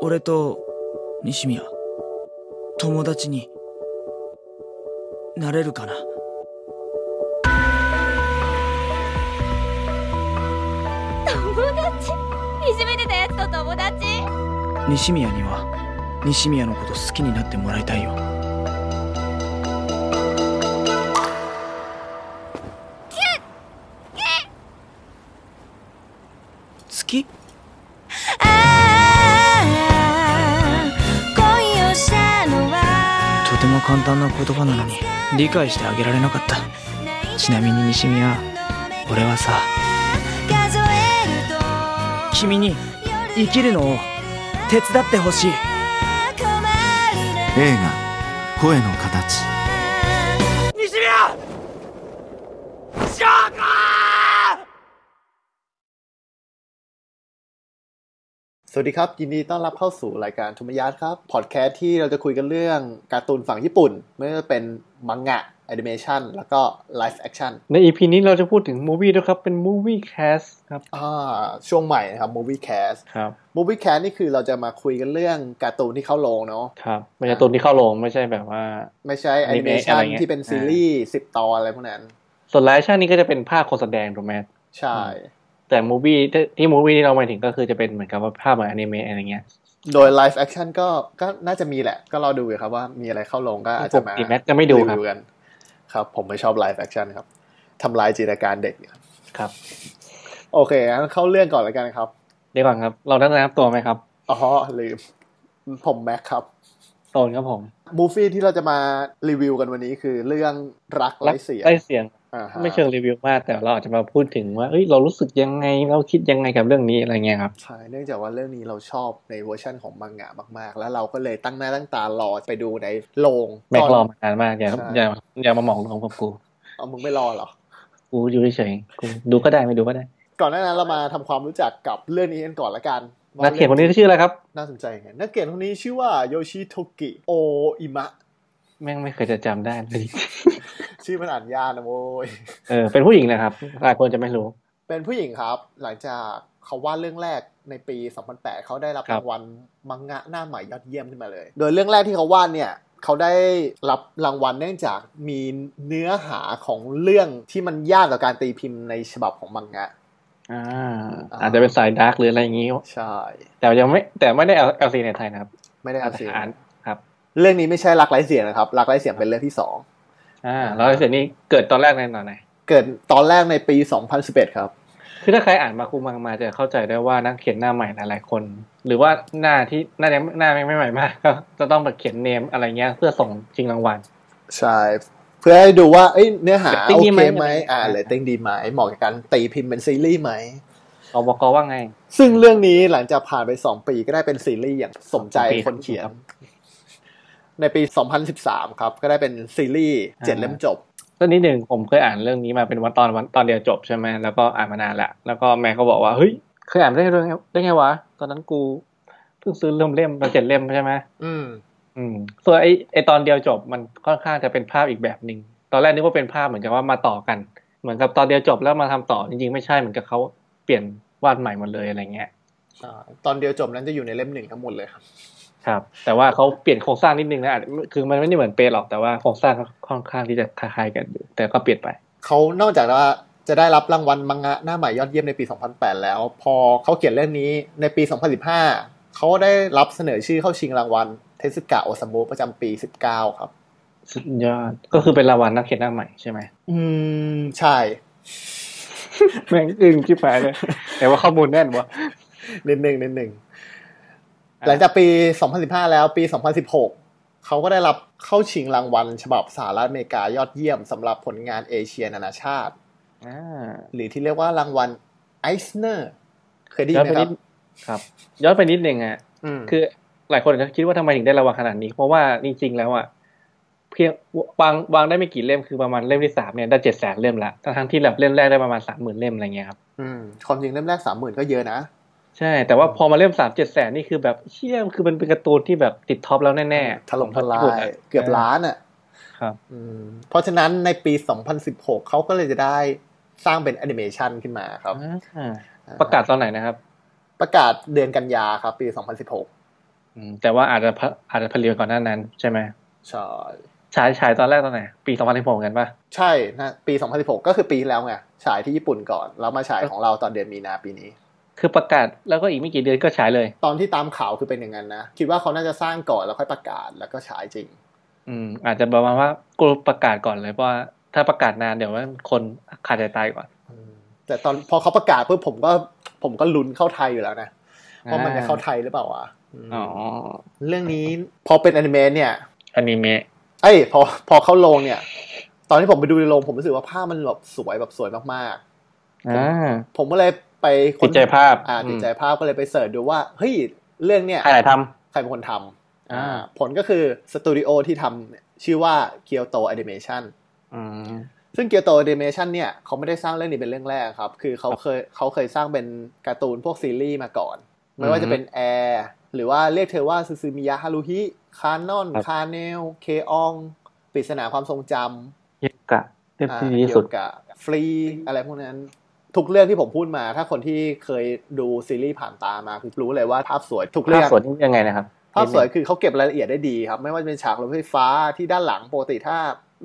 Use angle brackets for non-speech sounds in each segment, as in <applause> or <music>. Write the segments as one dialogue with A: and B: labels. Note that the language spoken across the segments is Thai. A: 俺と西宮友達になれるかな
B: 友達いじめてたやつと友達
A: 西宮には西宮のこと好きになってもらいたいよ月
B: ああ恋をしたのは
A: とても簡単な言葉なのに理解してあげられなかったちなみに西宮俺はさ
B: 数えると
A: 君に生きるのを手伝ってほしい
B: 困るな
C: 映画「声の形」
A: 西宮翔子
D: สวัสดีครับ ยินดีต้อนรับเข้าสู่รายการทุมยาสครับ พอดแคสต์ที่เราจะคุยกันเรื่องการ์ตูนฝั่งญี่ปุ่น ไม่ว่าจะเป็นมังงะแอนิเมชันแล้วก็ไลฟ์แอคชั่น
E: ในอีพีนี้เราจะพูดถึงมูวี่ด้วยครับ เป็นมูวี่แคสครับ
D: อ่าช่วงใหม่นะครับ Movie Cast
E: ครับ
D: Movie Cast นี่คือเราจะมาคุยกันเรื่องการ์ตูนที่เข้าโรงเนาะ
E: ครับไม่ใช่ตัวที่เข้าโรงไม่ใช่แบบว่า
D: ไม่ใช่แอ
E: อนิ
D: นิเม
E: เมะ
D: ชั
E: อะไร
D: น
E: เงี้ย
D: ที่เป็นซีรีส์สิบตอนอะไรพวกนั้น
E: ส่วนไลฟ์ชั่นนี้ก็จะเป็นภาพคนแสดงถูกไหม
D: ใช่
E: แต่มูวี่ที่ที่มูวี่ที่เราหมายถึงก็คือจะเป็นเหมือนกับว่าภาพเหมือนอนิเมะอะไรเงี้ย
D: โดยไลฟ์แอคชั่นก็ก็น่าจะมีแหละ ก็รอดูอยู่ครับว่ามีอะไรเข้าโรงก็อาจ
E: ป
D: จะ
E: ก
D: มา
E: ติแมทจะไม่ดูครับ
D: วิวกันครับ ผมไม่ชอบไลฟ์แอคชั่นครับทำลายจินตนาการเด็กเนี่ย
E: ครับ
D: โอเคงั้นเข้าเรื่องก่อนแล้วกันครับ
E: เดี๋ยวก่อนครับ เราต้องแนะนำตัวไหมครับ
D: อ๋อ ลืม ผมแม็กครับ
E: โตนครับผม
D: มูฟี่ที่เราจะมารีวิวกันวันนี้คือเรื่องรักไร้เสียง
E: ไล่เสียง
D: อ่าฮะ
E: ไม่เชิงรีวิวมาก แต่เราอาจจะมาพูดถึงว่าเอ้ยเรารู้สึกยังไงเราคิดยังไงกับเรื่องนี้อะไรเงี้ยครับ
D: ใช่เนื่องจากว่าเรื่องนี้เราชอบในเวอร์ชั่นของมังงะมากๆ แล้วเราก็เลยตั้งหน้าตั้งตารอไปดูในโรง
E: แม็กรอ
D: ตน
E: มานานมากอย่า
D: ใช่
E: อย่าอย่ามาหมองรวมกับกู
D: เอามึงไม่รอเหรอ
E: กูอยู่เฉยๆกูดูก็ได้ไม่ดูก็ได้
D: ก่อนหน้านั้นเรามาทำความรู้จักกับเรื่องนี้กันก่อนละกันว่า
E: นักเขียนคนนี้ชื่ออะไรครับ
D: น่าสนใจยังไงนักเขียนคนนี้ชื่อว่าโยชิโทกิโออิมะ
E: แม่งไม่เคยจะจำได้เลย <laughs>
D: ชื่อมันอ่านยากนะโว้ย
E: เออ เป็นผู้หญิงนะครับ หลายคนจะไม่รู้
D: เป็นผู้หญิงครับ หลังจากเขาวาดเรื่องแรกในปี 2008 เขาได้รับ
E: ครับ
D: รางวัลมังงะหน้าใหม่ยอดเยี่ยมขึ้นมาเลย โดยเรื่องแรกที่เขาวาดเนี่ย เขาได้รับรางวัลเนื่องจากมีเนื้อหาของเรื่องที่มันยากต่อการตีพิมพ์ในฉบับของมังงะ
E: อ่า
D: อ่า
E: อาจจะเป็นสายดาร์กหรืออะไรอย่างงี้
D: ใช่
E: แต่ยังไม่ แต่ไม่ได้เอาเอลซีในไทยนะครับ
D: ไม่ได้
E: อา
D: อ่าน
E: จ
D: เสียง
E: จะอ่านครับ
D: เรื่องนี้ไม่ใช่รักไร้เสียงนะครับ รักไร้เสียงเป็นเรื่องที่สอง
E: อ่า แล้วเสร็จนี้เกิดตอนแรกในตอนไหน
D: เกิดตอนแรกในปี 2011 ครับ
E: คือถ้าใครอ่านมาคุมังมาจะเข้าใจได้ว่านักเขียนหน้าใหม่หลายๆคน หรือว่าหน้าที่หน้ายังหน้าไม่ไม่ใหม่มากก็จะต้องแบบเขียนเนมอะไรเงี้ย เพื่อส่งชิงรางวัล
D: ใช่ เพื่อให้ดูว่าเอ้ยเนื้อหา
E: Rating
D: โอ
E: ดีไห
D: เค
E: ม
D: ไหมอ่า
E: อะไร
D: เรตติ้งดีไหมเหมาะกับการตีพิมพ์เป็นซีรีส์ไหม
E: อบอกว่าไง
D: ซึ่งเรื่องนี้หลังจากผ่านไป 2 ปีก็ได้เป็นซีรีส์อย่างสมใจ
E: สองปี
D: คนเขียน
E: ครับ
D: ในปี 2013 ครับ ก็ได้เป็นซีรีส์เจ็ด
E: อ่า
D: เล่มจบ
E: ตอนนี้หนึ่งผมเคยอ่านเรื่องนี้มาเป็นวันตอนวันตอนเดียวจบใช่ไหมแล้วก็อ่านมานานละแล้วก็แม่ก็บอกว่าเฮ้ยเคยอ่านได้ด้วยไงได้ไงวะตอนนั้นกูเพิ่งซื้อเล่มเล่มมาเจ็ดเล่มใช่ไหม
D: อืม
E: อืมส่วนไอไอตอนเดียวจบมันค่อนข้างจะเป็นภาพอีกแบบหนึ่งตอนแรกนึกว่าเป็นภาพเหมือนกับว่ามาต่อกัน เหมือนกับตอนเดียวจบแล้วมาทำต่อจริงๆไม่ใช่เหมือนกับเขาเปลี่ยนวาดใหม่หมดเลยอะไรเงี้ย
D: อ่า ตอนเดียวจบนั้นจะอยู่ในเล่มหนึ่งทั้งหมดเลยครับ
E: ครับแต่ว่าเขาเปลี่ยนโครงสร้างนิดนึงนะอาจคือมันไม่ได้เหมือนเป๊ะหรอกแต่ว่าโครงสร้างก็ค่อนข้างที่จะคล้ายๆกันอยู่แต่ก็เปลี่ยนไป
D: เขานอกจากว่าจะได้รับรางวัลมังงะหน้าใหม่ยอดเยี่ยมในปี 2008 แล้ว พอเขาเขียนเรื่องนี้ในปี 2015 เขาได้รับเสนอชื่อเข้าชิงรางวัลเทสกาโอซามุประจำปี 19 ครับ
E: สุดยอดก็คือเป็นรางวัลนักเขียนหน้าใหม่ใช่ไหม
D: อืม ใช่
E: แม่งอึ้งชิบหาย
D: <laughs>
E: เลย แต่ว่าข้อมูลแน่นวะ
D: นิดหนึ่งนิดหนึ่งหลังจากปี 2015 แล้วปี 2016 เขาก็ได้รับเข้าชิงรางวัล ฉบับสหรัฐอเมริกายอดเยี่ยมสำหรับผลงานเอเชียนานาชาติ
E: อ่า
D: หรือที่เรียกว่ารางวัลไอซ์เนอร์เคยได้ยิ
E: ย้อน
D: นไหมค
E: ไปนิ
D: รั
E: ด
D: บ
E: ครับ ย้อนไปนิดหนึ่งอ่ะ
D: ม
E: คือหลายคนก็คิดว่าทำไมถึงได้ระวังขนาดนี้ เพราะว่าจริงๆแล้วอ่ะเพียงวางวางได้ไม่กี่เล่มคือประมาณเล่มที่สามเนี่ยได้เจ็ดแสนเล่มละทั้งๆที่แบบเล่มแรกได้ประมาณสามหมื่นเล่มอะไรเงี้ยครับ
D: มความจริงเริ่มแรกสามหมื่นก็เยอะนะ
E: ใช่แต่ว่าพอมาเล่มสามเจ็ดแสนนี่คือแบบเชี่ยคือมันเป็นการ์ตูนที่แบบติดท็อปแล้วแน่ๆ
D: ถล่มทลา
E: ของญี่ปุ่น
D: ย
E: อะ
D: เกือบล้านอ่ะ
E: ครับ
D: อืมเพราะฉะนั้นในปี 2016 เขาก็เลยจะได้สร้างเป็นแอนิเมชันขึ้นมาครับ
E: อ่าประกาศตอนไหนนะครับ
D: ประกาศเดือนกันยาครับ ปี 2016
E: อืมแต่ว่าอาจจะพะอาจจะผลิตก่อนหน้านั้นใช่ไหม
D: ใช่
E: ฉายฉายตอนแรกตอนไหน ปีสองพันสิบหกกันปะ
D: ใช่นะปี 2016 ก็คือปีที่แล้วไงฉายที่ญี่ปุ่นก่อน แล้วมาฉายของเราตอนเดือนมีนาปีนี้
E: คือประกาศแล้วก็อีกไม่กี่เดือนก็ฉายเลย
D: ตอนที่ตามข่าวคือเป็นอย่างนั้นนะ คิดว่าเขาน่าจะสร้างก่อนแล้วค่อยประกาศแล้วก็ฉายจริง
E: อืม อาจจะประมาณว่ากูประกาศก่อนเลยเพราะว่าถ้าประกาศนานเดี๋ยวว่าคนขาดใจตายก่อน
D: แต่ตอนพอเขาประกาศปุ๊บผมก็ผมก็ลุ้นเข้าไทยอยู่แล้วนะว่ามันจะเข้าไทยหรือเปล่าวะม
E: อ๋อ
D: เรื่องนี้พอเป็นอนิเมะเนี่ย
E: อนิเมะ
D: เอ้ยพอพอเข้าโรงเนี่ย ตอนที่ผมไปดูในโรงผมรู้สึกว่าภาพมันแบบสวยแบบสวยมาก
E: อ่า
D: ๆ ผมก็เลยไปค้
E: ติ
D: น
E: ดใจภาพ
D: อ่าติดใจภาพก็เลยไปเสิร์ชดูว่าเฮ้ยเรื่องเนี่ย
E: ใครถ่ายท
D: ใครเป็นคนทำ
E: อ่า
D: ผลก็คือสตูดิโอที่ทำเนี่ยชื่อว่าเกียวโตแอนิเมชัน
E: ำอืม
D: ซึ่งเกียวโตเดเมชันเนี่ยเขาไม่ได้สร้างเรื่องนี้เป็นเรื่องแรกครับ คือเขาเคยเขาเคยสร้างเป็นการ์ตูนพวกซีรีส์มาก่อน ไม่ว่าจะเป็นแอร์หรือว่าเรียกเธอว่าซูซูมิยะฮารุฮิคานอน
E: ครับ
D: คาเนลเคอองปริศนาความทรงจำ
E: เยกะเรียบ
D: อ่า
E: ที่ดี
D: เกี่
E: ที่สุด
D: ยวกับฟรีอะไรพวกนั้น ทุกเรื่องที่ผมพูดมา ถ้าคนที่เคยดูซีรีส์ผ่านตามาคือรู้เลยว่าภาพสวยทุก
E: ภา
D: เรื่
E: พ
D: อง
E: สวยนี่ยังไงนะครับ
D: ภาพสวยคือเขาเก็บรายละเอียดได้ดีครับ ไม่ว่าจะเป็นฉากรถไฟฟ้าที่ด้านหลังปกติถ้า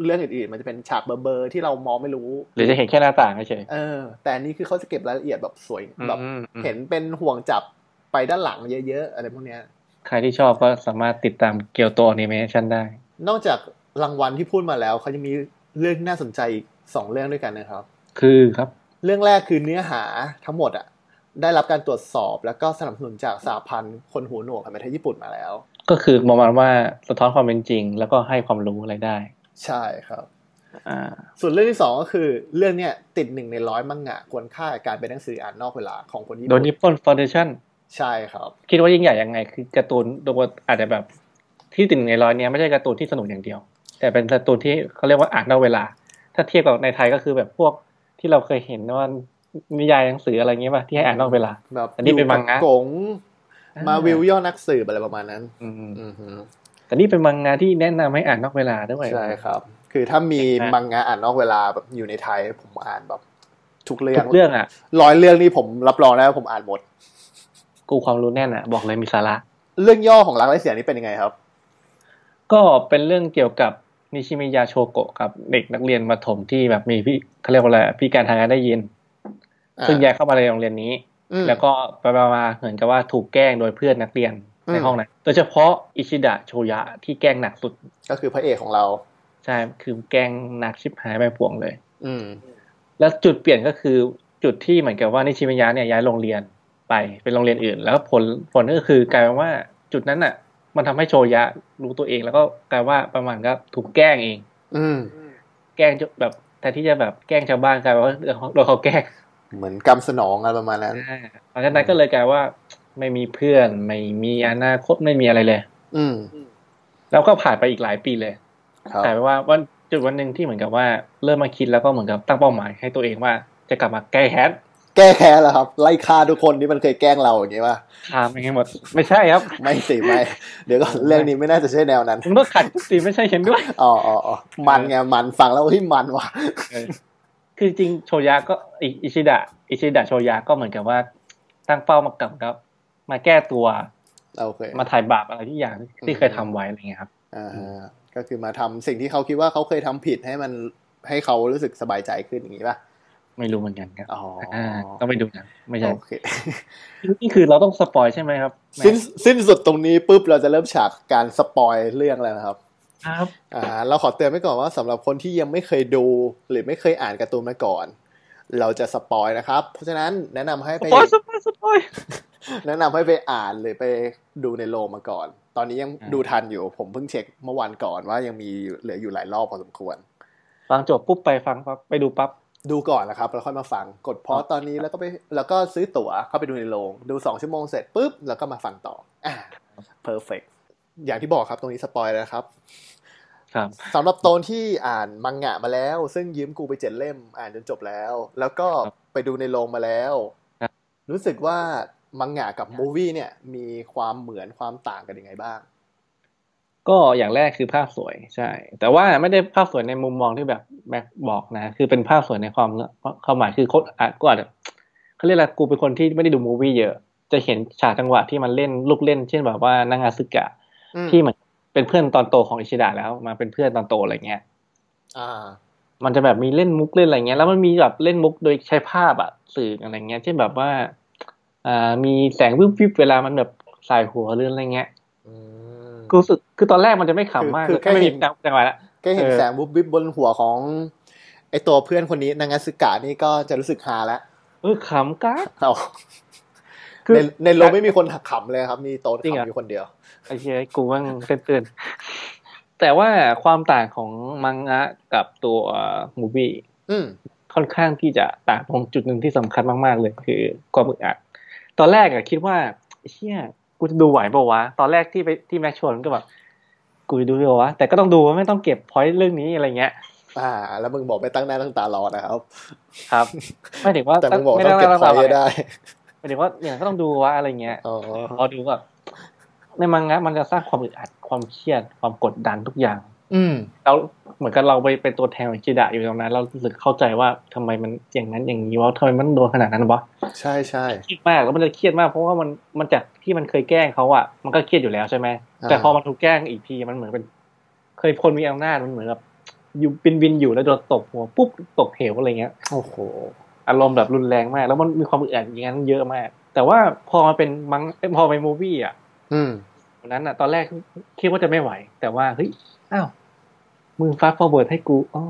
D: เรื่องอื่นๆ มันจะเป็นฉากเบลอๆที่เรามองไม่รู้
E: หรือจะเห็นแค่หน้าต่างเฉย
D: เออแต่อันนี้คือเขาจะเก็บรายละเอียดแบบสวย
E: ๆ
D: แบบ
E: อืมอืม
D: เห็นเป็นห่วงจับไปด้านหลังเยอะๆอะไรพวกเนี้ย
E: ใครที่ชอบก็สามารถติดตามเกียวโตอนิเมชันได้
D: นอกจากรางวัลที่พูดมาแล้วเขายังมีเรื่องน่าสนใจอีกสองเรื่องด้วยกันนะครับ
E: คือครับ
D: เรื่องแรกคือเนื้อหาทั้งหมดอะได้รับการตรวจสอบแล้วก็สนับสนุนจากสหพันธ์คนหูหนวกแห่งประเทศญี่ปุ่นมาแล้ว
E: ก็คือประมาณว่าสะท้อนความเป็นจริง แล้วก็ให้ความรู้อะไรได้
D: ใช่ครับ
E: อ่า
D: ส่วนเรื่องที่สองก็คือเรื่องเนี้ยติดหนึ่งในร้อยมังงะควรค่ากับการเป็นหนังสืออ่านนอกเวลาของคนญี่
E: โด
D: ปุ่
E: ย
D: น
E: นิปปอนฟอนเดชั่น
D: ใช่ครับ
E: คิดว่ายิ่งใหญ่ยังไง คือการ์ตูนโดยอาจจะแบบที่ติดหนึ่งในร้อยเนี้ยไม่ใช่การ์ตูนที่สนุกอย่างเดียว แต่เป็นการ์ตูนที่เขาเรียกว่าอ่านนอกเวลา ถ้าเทียบกับในไทยก็คือแบบพวกที่เราเคยเห็นว่านิยายหนังสืออะไรเงี้ยป่ะที่ให้อ่านนอกเวลา
D: แบบ
E: อันนี้เป็นมังงะ
D: อยู่กับกงมาวิวย่อนักสืบอะไรประมาณนั้น
E: อืม
D: อือฮึ
E: แต่นี่เป็นมังงะที่แนะนำให้อ่านนอกเวลาด้วย
D: ใช่ครับ คือถ้ามี
E: อ่ะ
D: มังงะอ่านนอกเวลาแบบอยู่ในไทยผมอ่านแบบทุกเรื่อ
E: ทุ
D: ง
E: กเรื่องอ่ะ
D: ร้อยเรื่องนี่ผมรับรองแล้วาผมอ่านหมด
E: กูความรู้แน่นอ่ะ บอกเลยมีสาระ
D: เรื่องย่อของรักและเสียนี่เป็นยังไงครับ
E: ก็เป็นเรื่องเกี่ยวกับนิชิมิยาโชโกะกับเด็กนักเรียนมาถมที่แบบมีพี่เขาเรียกว่าอะไรพิการทางการได้ยิน
D: อ่า
E: ซึ่งย้ายเข้ามาในโรงเรียนนี้
D: อืม
E: แล้วก็ไปมาๆเหมือนกับว่าถูกแกล้งโดยเพื่อนนักเรียน
D: อืม
E: ในห้องนั้นโดยเฉพาะอิชิดะโชยะที่แกล้งหนักสุด
D: ก็คือพระเอกของเรา
E: ใช่คือแกล้งหนักชิบหายไปป่วงเลย
D: อืม
E: แล้วจุดเปลี่ยนก็คือจุดที่เหมือนกับว่านิชิมิยะเนี่ยย้ายโรงเรียนไปเป็นโรงเรียนอื่น แล้วผลผลก็คือกลายเป็นว่าจุดนั้นอ่ะ มันทำให้โชยะรู้ตัวเอง แล้วก็กลายว่าประมาณก็ถูกแกล้งเอง
D: อืม
E: แกล้งจนแบบแต่ที่จะแบบแกล้งชาวบ้านกลายเป็นว่าโดนเขาแกล้ง
D: เหมือนกรรมสนองอะไรประมาณนั้น
E: หลังจากนั้นก็เลยกลายว่าไม่มีเพื่อนไม่มีอนาคตไม่มีอะไรเลย
D: อืม
E: แล้วก็ผ่านไปอีกหลายปีเลย
D: ครับ
E: กลายเป็นว่าวันจุดวันหนึ่งที่เหมือนกับว่าเริ่มมาคิดแล้วก็เหมือนกับตั้งเป้าหมายให้ตัวเองว่าจะกลับมาแก้แค้น
D: แก้แค้นแล้วครับ ไล่ฆ่าทุกคนที่มันเคยแกล้งเราอย่างนี้ป่ะ
E: ฆ่าไม่ให้หมด ไม่ใช่ <laughs> ครับ
D: ไม่สิไม่ เดี๋ยวก็
E: <laughs>
D: เรื่องนี้ไม่น่าจะใช่แนวนั้น
E: ผมก็ขัดสีไม่ใช่เห็นด้วย
D: อ๋ออ๋ออ๋อมันไงมันฟังแล้วเฮ้ยมันว่ะ
E: คือจริงโชยาก็อิอิชิดะอิชิดะโชยาก็เหมือนกับว่า ตั้งเป้ามากับครับ มาแก้ตัว
D: โอเค
E: มาถ่ายบาปอะไรที่อย่างที่เคยทำไว้อะไรเงี้ยครับ
D: อ่าฮะก็คือมาทำสิ่งที่เขาคิดว่าเขาเคยทำผิดให้มันให้เขารู้สึกสบายใจขึ้นอย่างนี้ป่ะ
E: ไม่รู้เหมือนกันครับ
D: อ๋ออ
E: ต้องไปดูนะไม่ใช่
D: โอเค
E: นี่คือเราต้องสปอยใช่ไหมครับ
D: สิ้นสิ้นสุดตรงนี้ปุ๊บเราจะเริ่มฉากการสปอยเรื่องแล้วนะครับ
E: ครับ
D: อ่าฮะเราขอเตือนไว้ก่อนว่าสำหรับคนที่ยังไม่เคยดูหรือไม่เคยอ่านการ์ตูนมาก่อน เราจะสปอยนะครับ เพราะฉะนั้นแนะนำให้
E: ส
D: ไป
E: ปอยสปอยสปอย
D: แนะนำให้ไปอ่านหรือไปดูในโรงมาก่อน ตอนนี้ยัง
E: อ่า
D: ดูทันอยู่ ผมเพิ่งเช็คเมื่อวันก่อนว่ายังมีอยู่เหลืออยู่หลายรอบพอสมควร
E: ฟังจบปุ๊บไปฟังปั๊บไปดูปั๊บ
D: ดูก่อนนะครับ แล้วค่อยมาฟังกดพอตอนนี้แล้วก็ไปแล้วก็ซื้อตั๋วเข้าไปดูในโรงดู 2 ชั่วโมงเสร็จปุ๊บ แล้วก็มาฟังต่ออ่า perfect อย่างที่บอกครับตรงนี้สปอยแล้วนะครับ
E: ครับ
D: สำหรับโตนที่อ่านมังงะมาแล้ว ซึ่งยืมกูไปเจ็ดเล่มอ่านจนจบแล้ว แล้วก็ไปดูในโรงมาแล้ว
E: ครับ
D: รู้สึกว่ามังงะกับมูวี่เนี่ยมีความเหมือนความต่างกันยังไงบ้าง
E: ก็อย่างแรกคือภาพสวยใช่ แต่ว่าไม่ได้ภาพสวยในมุมมองที่แบบแม็กบอกนะ คือเป็นภาพสวยในความความหมายคือคนอาจก็อาจจะเขาเรียกอะไรกูเป็นคนที่ไม่ได้ดูมูวี่เยอะ จะเห็นฉากจังหวะที่มันเล่นลูกเล่น เช่นแบบว่านางอาซึกะ
D: อืม
E: ที่เหมือนเป็นเพื่อนตอนโตของอิชิดะแล้วมาเป็นเพื่อนตอนโตอะไรเงี้ย
D: อ่า
E: มันจะแบบมีเล่นมุกเล่นอะไรเงี้ยแล้วมันมีแบบเล่นมุกโดยใช้ภาพอะสื่ออะไรเงี้ยเช่นแบบว่าอ่ามีแสงวิบวิบเวลามันแบบสายหัวเรื่องอะไรเงี้ย
D: อืม
E: กูรู้สึกคือตอนแรกมันจะไม่ขำมาก
D: คือคือแค่
E: ไม่
D: เห็
E: มี
D: น
E: จังหวะละ
D: ก็เห็น
E: เออ
D: แสงบุบบิบบนหัวของไอตัวเพื่อนคนนี้นางาซึกะนี่ก็จะรู้สึกฮาแล้ว
E: เออขำกัก
D: เอา
E: คือ
D: ในในโรงไม่มีคนหักขำเลยครับ มีโต๊ะ
E: จริงเหรอ
D: ขำอยู่คนเดียว
E: ไอ้เชี่ยกูว่างเตือนๆแต่ว่าความต่างของมังงะกับตัวมูบี้
D: อืม
E: ค่อนข้างที่จะต่างตรงจุดหนึ่งที่สำคัญมากๆเลย คือความอึดอัดตอนแรกอะคิดว่าเชี่ยกูจะดูไหวเปล่าวะ ตอนแรกที่ไปที่แม็กชวนก็แบบกูจะดูเปล่าวะแต่ก็ต้องดูว่าไม่ต้องเก็บพอยต์เรื่องนี้อะไรเงี้ย
D: อ่า แล้วมึงบอกไปตั้งหน้าตั้งตารอนะครับ <laughs>
E: ครับไม่ถึงว่า
D: แต่มึงบอก
E: ไม่
D: ต้องเก็บ
E: รั
D: คอย
E: ไ
D: ได้
E: ม่ถึงว่าเนี่ยก็ต้องดูวะอะไรเงี้ย
D: อ๋อ
E: พอดูแบบในมังงะมันจะสร้างความอึดอัดความเครียดความกดดันทุกอย่าง
D: อืม
E: เราเหมือนกับเราไปเป็นตัวแทนของจิดะอยู่ตรงนั้น เรารู้สึกเข้าใจว่าทำไมมันอย่างนั้นอย่างนี้วะทำไมมันโดนขนาดนั้นวะ
D: ใช่ใช่
E: เครียดมากแล้วมันจะเครียดมากเพราะว่ามันมันจากที่มันเคยแกล้งเขาอะมันก็เครียดอยู่แล้วใช่ไหม
D: อ่า
E: แต่พอมันถูกแกล้งอีกทีมันเหมือนเป็น เคยคนมีอำนาจมันเหมือนกับอยู่บินบินอยู่แล้วโดนตกหัวปุ๊บตกเหวอะไรเงี้ย
D: โอ้โห
E: อารมณ์แบบรุนแรงมาก แล้วมันมีความอึดอัดอย่างนั้นเยอะมาก แต่ว่าพอมาเป็นมังเอ้ยพอไปนมูวี่อะ
D: อืม
E: วันนั้นอะตอนแรกคิดว่าจะไม่ไหว แต่ว่าเฮ้ยอ้าวมึงฟาสต์ฟอร์เวิร์ดให้กูอ๋อ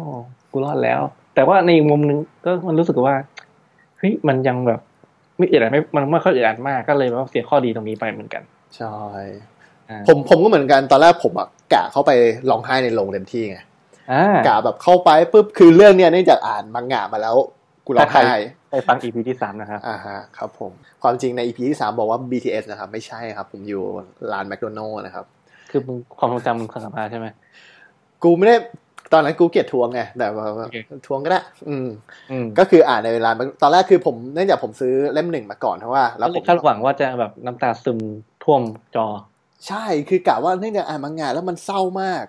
E: กูรอดแล้ว แต่ว่าในอีกมุมหนึงก็มันรู้สึกว่าเฮ้ยมันยังแบบ ไม่อึดอัดไม่มันไม่ค่อยอึดอัดมากก็เลยแบบว่าเสียข้อดีตรงนี้ไปเหมือนกัน
D: ใช่
E: อ่า
D: ผมผมก็เหมือนกันตอนแรกผมอะกะเข้าไปร้องไห้ในโรงเต็มที่ไง
E: อ่าก
D: ะแบบเข้าไปปุ๊บคือเรื่องเนี้ยเนื่องจากอ่านมังงะมาแล้วกูร้องไห้
E: ไปฟังอีพีที่สามนะครับ
D: อ่าฮะครับผมความจริงใน EP ที่สามบอกว่า BTS นะครับ ไม่ใช่ครับ ผมอยู่ร้านแมคโดนัลล์นะครับ
E: คือมึงความทรงจำมึงสามารถใช่ไหม
D: กูไม่ได้ตอนนั้นกูเกลียดทวงไงแต่ว่า
E: โอเค
D: ทวงก็ได้ อืม
E: อืม
D: ก็คืออ่านในเวลาตอนแรกคือผมเนื่องจากผมซื้อเล่มหนึ่งมาก่อนเพราะว่าแล้
E: แล้ว ว
D: ผม
E: คาดหวังว่าจะแบบน้ำตาซึมท่วมจอ
D: ใช่คือกะว่าเนื่องจากอ่านมังงะแล้วมันเศร้ามาก